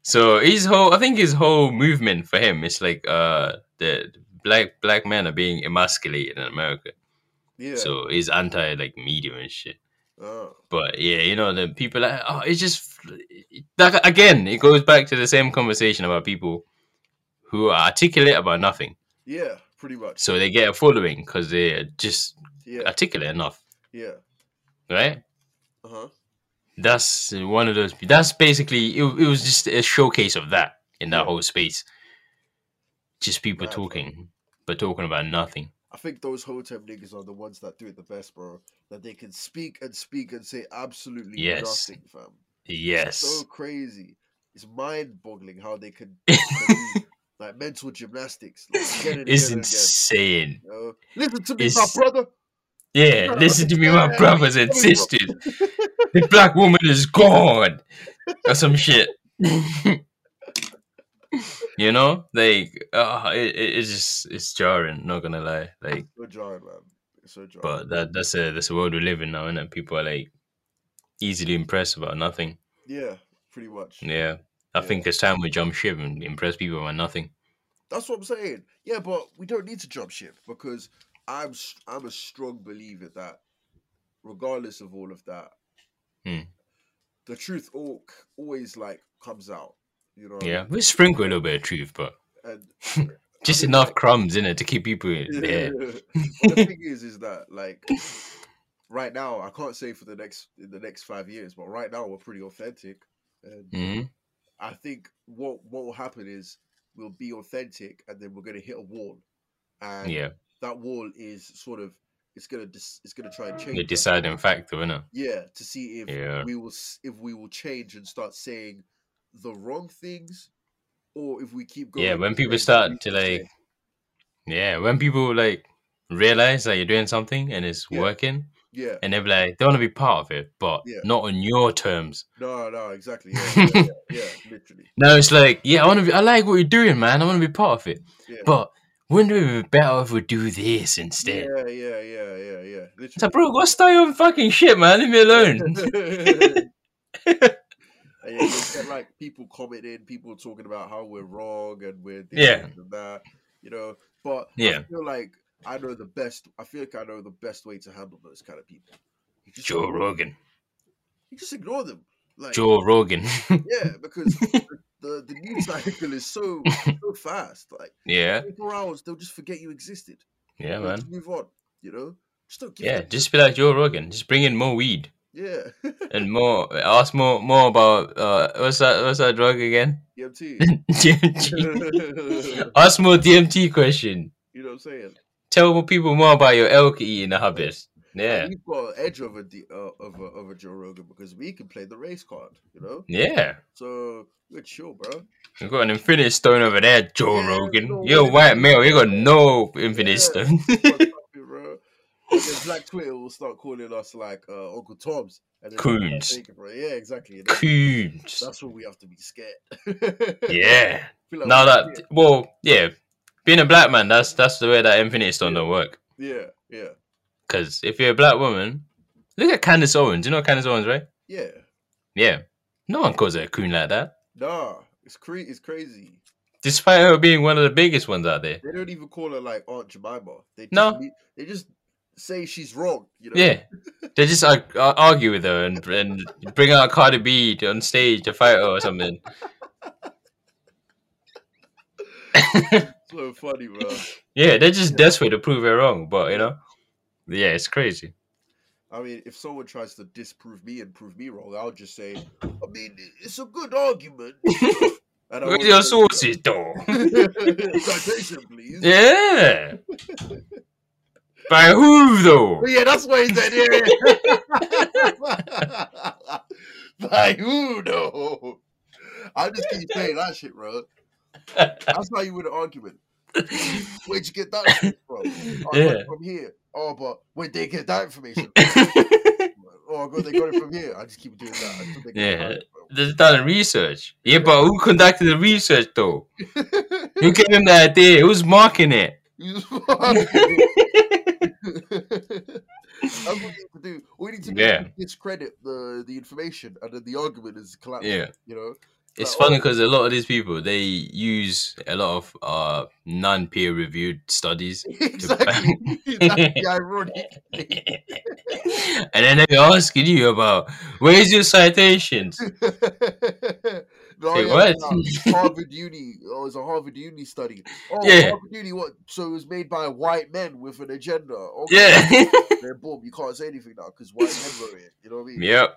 So his whole I think his whole movement for him is like uh the black black men are being emasculated in America. yeah. yeah. So he's anti like media and shit. Oh. But yeah, you know, the people like, oh, it's just like again, it goes back to the same conversation about people who are articulate about nothing, yeah, pretty much. so they get a following because they're just Yeah, articulate enough, yeah. right? Uh huh. That's one of those. That's basically it. It was just a showcase of that in that Yeah. whole space, just people Right. talking, but talking about nothing. I think those hotem niggas are the ones that do it the best, bro. That they can speak and speak and say absolutely Yes. nothing, fam. Yes, So crazy. It's mind boggling how they can do, like mental gymnastics. Like, again and it's again and again, insane. you know? Listen to me, my It's- brother. Yeah, Bro, listen to me, my yeah, brothers and coming from- sisters. The black woman is gone, or some shit. you know, like uh, it, it- it's just it's jarring. Not gonna lie, like, So jarring, man. It's so jarring. but that that's a that's a world we live in now, and people are like easily impressed about nothing. yeah, pretty much. Yeah, I Yeah. think it's time we jump ship and impress people about nothing. That's what I'm saying. Yeah, but we don't need to jump ship because I'm s- I'm a strong believer that regardless of all of that, Hmm. the truth al- always like comes out. You know. what I Yeah, mean? we sprinkle a little bit of truth, but And just mean, enough like- crumbs in it to keep people there. the thing is, is that like right now, I can't say for the next in the next five years, but right now we're pretty authentic, and hmm I think what what will happen is we'll be authentic, and then we're going to hit a wall, and Yeah, that wall is sort of it's going to dis- it's going to try and change. the us. deciding factor, innit? Yeah, to see if Yeah, we will s- if we will change and start saying the wrong things, or if we keep going. Yeah, when and people saying what start we to, should say. like, yeah. When people like realize that you're doing something and it's Yeah. working, yeah, and they're like, they want to be part of it, but Yeah. not on your terms. no, no, exactly, yeah, yeah, yeah, yeah, literally, Now it's like, yeah, I want to be. I like what you're doing, man. I want to be part of it, yeah. but wouldn't it be better if we do this instead? Yeah, yeah, yeah, yeah, yeah. It's like, Literally. bro, go stay on fucking shit, man. Leave me alone. And yeah, you'll get, like people commenting, people talking about how we're wrong and we're this Yeah. and that, you know. But Yeah. I feel like I know the best. I feel like I know the best way to handle those kind of people. You just Joe ignore, Rogan. you just ignore them, like Joe Rogan. yeah, because the, the the news cycle is so so fast. Like yeah. 24 hours, they'll just forget you existed. Yeah, They'll man. just move on. You know, just don't give. Yeah, Yeah, just be like Joe Rogan. Just bring in more weed yeah. and more. Ask more more about uh, what's that? What's that drug again? EMT. DMT. you ask more DMT question. know what I'm saying? Tell more people more about your elk eating habits. Yeah, We've got an edge over the uh, over over Joe Rogan because we can play the race card. You know, yeah. so we're chill, bro. You've got an infinite stone over there, Joe Yeah, no Rogan. You're a way. white male. You got no infinite Yeah. stone. Fuck you, bro. And then Black Twitter will start calling us like uh, Uncle Tom's and then we'll start Coons. thinking, bro. Yeah, exactly. And then Coons. That's when we have to be scared. Yeah. Feel like Now we're that well, yeah, being a black man, that's that's the way that infinite stone don't work. Yeah, yeah, Because if you're a black woman, look at Candace Owens. You know Candace Owens, right? yeah. Yeah. No one calls her a coon like that, Nah, it's cre- it's crazy. despite her being one of the biggest ones out there. They don't even call her like Aunt Jemima. They just, No. le- they just say she's wrong. You know. Yeah. They just ar- ar- argue with her and, and bring out Cardi B to- on stage to fight her or something. So funny, bro. Yeah, they're just desperate to prove her wrong, but you know, yeah, it's crazy. I mean, if someone tries to disprove me and prove me wrong, I'll just say, I mean, it's a good argument. and I Where's won't your say- sources, though? Citation, please. yeah. By who, though? But yeah, that's why he said, yeah. By who, though? I just keep saying that shit, bro. That's how you win an argument. Where'd you get that shit from? Oh, I got Yeah. it from here. Oh, but where'd they get that information? They've from? oh, God, they got it from here. I just keep doing that. until they get Yeah. it from. done research. Yeah, but who conducted the research though? Who gave him the idea? Who's marking it? You just- That's what we need to do. We need to do Yeah. is discredit the, the information, and then the argument is collapsing. Yeah. You know, It's Like, funny because a lot of these people they use a lot of uh non peer reviewed studies, exactly. That's the ironic. thing. and then they be asking you about where's your citations? no, yeah, Say what? yeah. Harvard Uni. Oh, it's a Harvard Uni study. Oh, Yeah. Harvard Uni. What? So it was made by white men with an agenda. Okay. yeah, Then boom, you can't say anything now because white men wrote it. You know what I mean? yep.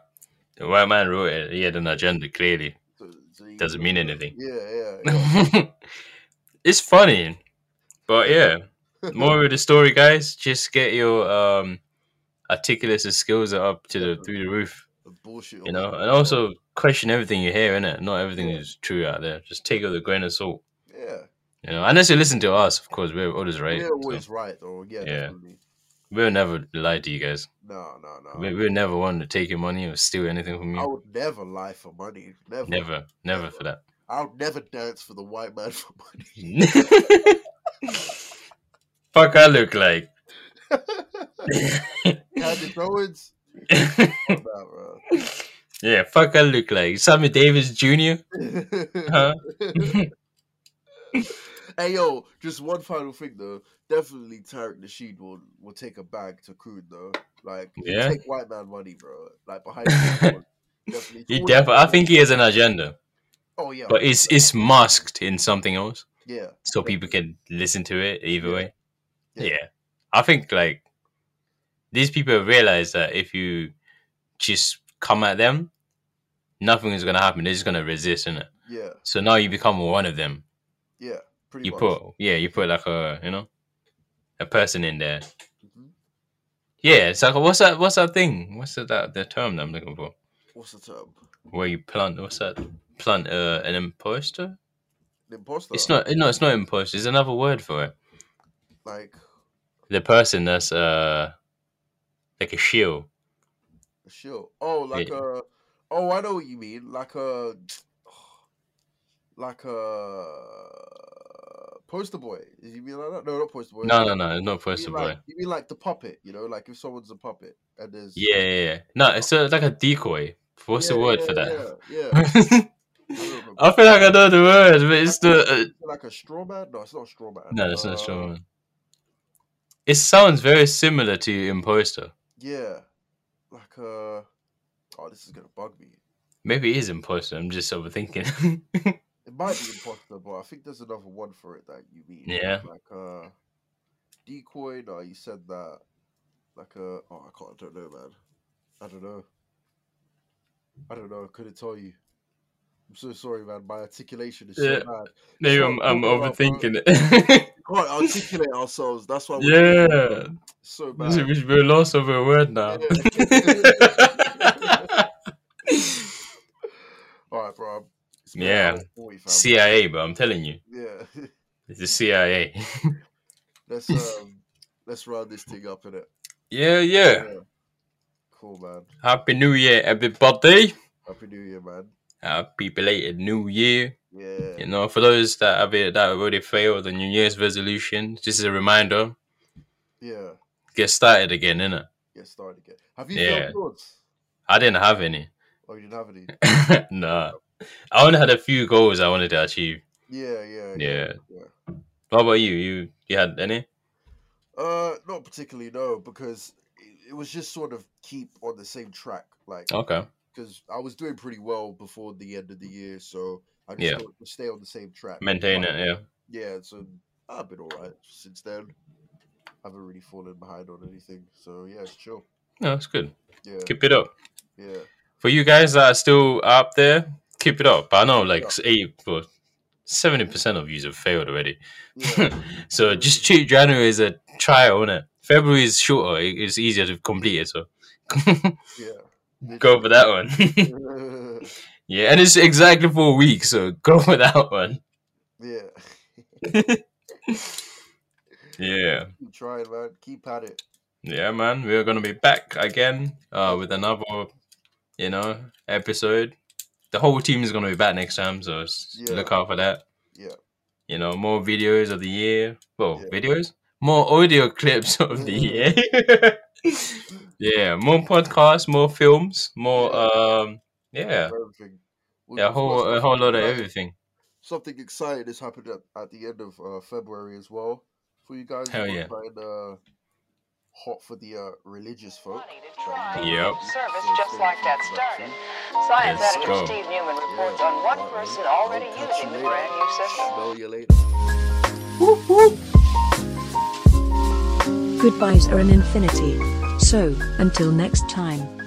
The white man wrote it. He had an agenda. Clearly, So, so you- doesn't mean anything. Yeah, yeah. yeah. it's funny, but yeah. More of the story, guys. Just get your um articulates and skills up to the through the roof, The bullshit. you all know, over and the also question everything you hear, innit? Not everything Yeah. is true out there. Just take it with a grain of salt, place. Yeah. you know. Unless you listen to us, of course, we're always right. We're so always right, though. Yeah, Yeah. definitely. we'll never lie to you guys. No, no, no. We, we'll never want to take your money or steal anything from I you. would never lie for money. Never. Never, never for that. I would never dance for the white man for money. Fuck, I look like. Candace Owens? Nah, bro. yeah, fuck, I look like Sammy Davis Jr. Huh? hey, yo, just one final thing, though. Definitely Tarek Nasheed will, will take a bag to Croon, though. Like, he'll Yeah. take white man money, bro. Like, behind the scenes, Definitely. He definitely. I think he has an agenda, Oh, yeah. but it's it's masked in something else. yeah. so people can listen to it either Yeah. way. Yeah. Yeah. I think like these people realize that if you just come at them, nothing is gonna happen. They're just gonna resist, innit? Yeah, So now you become one of them. yeah, pretty You much. put yeah, you put like a you know, a person in there. Mhm. Yeah, it's like what's that? What's that thing? What's that? that the term that I'm looking for? What's the term? Where you plant? What's that? Plant uh, an imposter? The imposter. It's not. No, it's not imposter. It's another word for it. like The person that's uh, like a shield. a shield. Oh, like Yeah. a. Oh, I know what you mean. Like a. Like a poster boy. You mean like that? No, not poster boy. No, no, no. It's not You poster mean, boy. like, you mean like the puppet? You know, like if someone's a puppet and there's Yeah, yeah, yeah. No, it's uh like a decoy. What's the Yeah, word yeah, for that? Yeah, yeah. I don't remember. I feel like I know the words, but it's the uh, like a straw man. No, it's not a straw man. no. It's not Uh, strong. It sounds very similar to imposter. Yeah, like a. Oh, this is gonna bug me. Maybe it is imposter. I'm just overthinking. It might be imposter, but I think there's another one for it that you mean. Yeah. Like uh decoy, no, you said that. Like uh oh I can't I don't know man. I don't know. I don't know, I couldn't tell you. I'm so sorry man, my articulation is Yeah. so bad. Maybe Sure, I'm, I'm cool, well, overthinking it. We can't articulate ourselves, that's why we're yeah, so This is- bad. we- we're lost over a word now. Yeah. Alright bro. It's been an Yeah. hour and 40, fam. CIA, but I'm telling you, Yeah. it's the CIA. let's um let's round this thing up in it. yeah, yeah. Cool man. Happy New Year, everybody. Happy New Year, man. Happy belated New Year. Yeah. You know, for those that have it, that have already failed the New Year's resolution, just as a reminder, Yeah. get started again, innit? Get started again. Have you Yeah. failed yours? I didn't have any. Oh, you didn't have any. nah. I only had a few goals I wanted to achieve. Yeah, yeah, Yeah. yeah. What about you? You you had any? Uh, not particularly, no, because it, it was just sort of keep on the same track, like Okay. because I was doing pretty well before the end of the year, so I just Yeah. thought to stay on the same track. Maintain Like, it, yeah. Yeah, so I've been all right since then. I haven't really fallen behind on anything, so yeah, it's chill. No, that's good. Yeah, Keep it up. yeah. for you guys that are still up there, keep it up. I know like Yeah. s- eight well, seventy percent of yous have failed already. yeah. so just treat January as a trial, isn't it? February is shorter, it- it's easier to complete it, so yeah. go for that one. that. yeah, and it's exactly four weeks, so go for that one. yeah. Yeah. Keep trying, man. Keep at it. Yeah, man. We're gonna be back again, uh, with another, you know, episode. The whole team is gonna be back next time, so s- Yeah. look out for that. Yeah. You know, more videos of the year. Well, Yeah. videos, more audio clips of the year. yeah, more podcasts, more films, more. Yeah. Um, yeah, Everything. We'll yeah, a discuss whole a something whole lot of exciting- everything. Something exciting has happened at, at the end of uh, February as well for you guys. Hell We're yeah. Trying, uh, hot for the uh, religious folk. Money to drive Yep. Service just like that started. Science Let's editor go. Steve Newman Yeah. reports on one Alright, person I'll already catch using you the later. brand new system. Smell you later. Goodbyes are an infinity. So, until next time.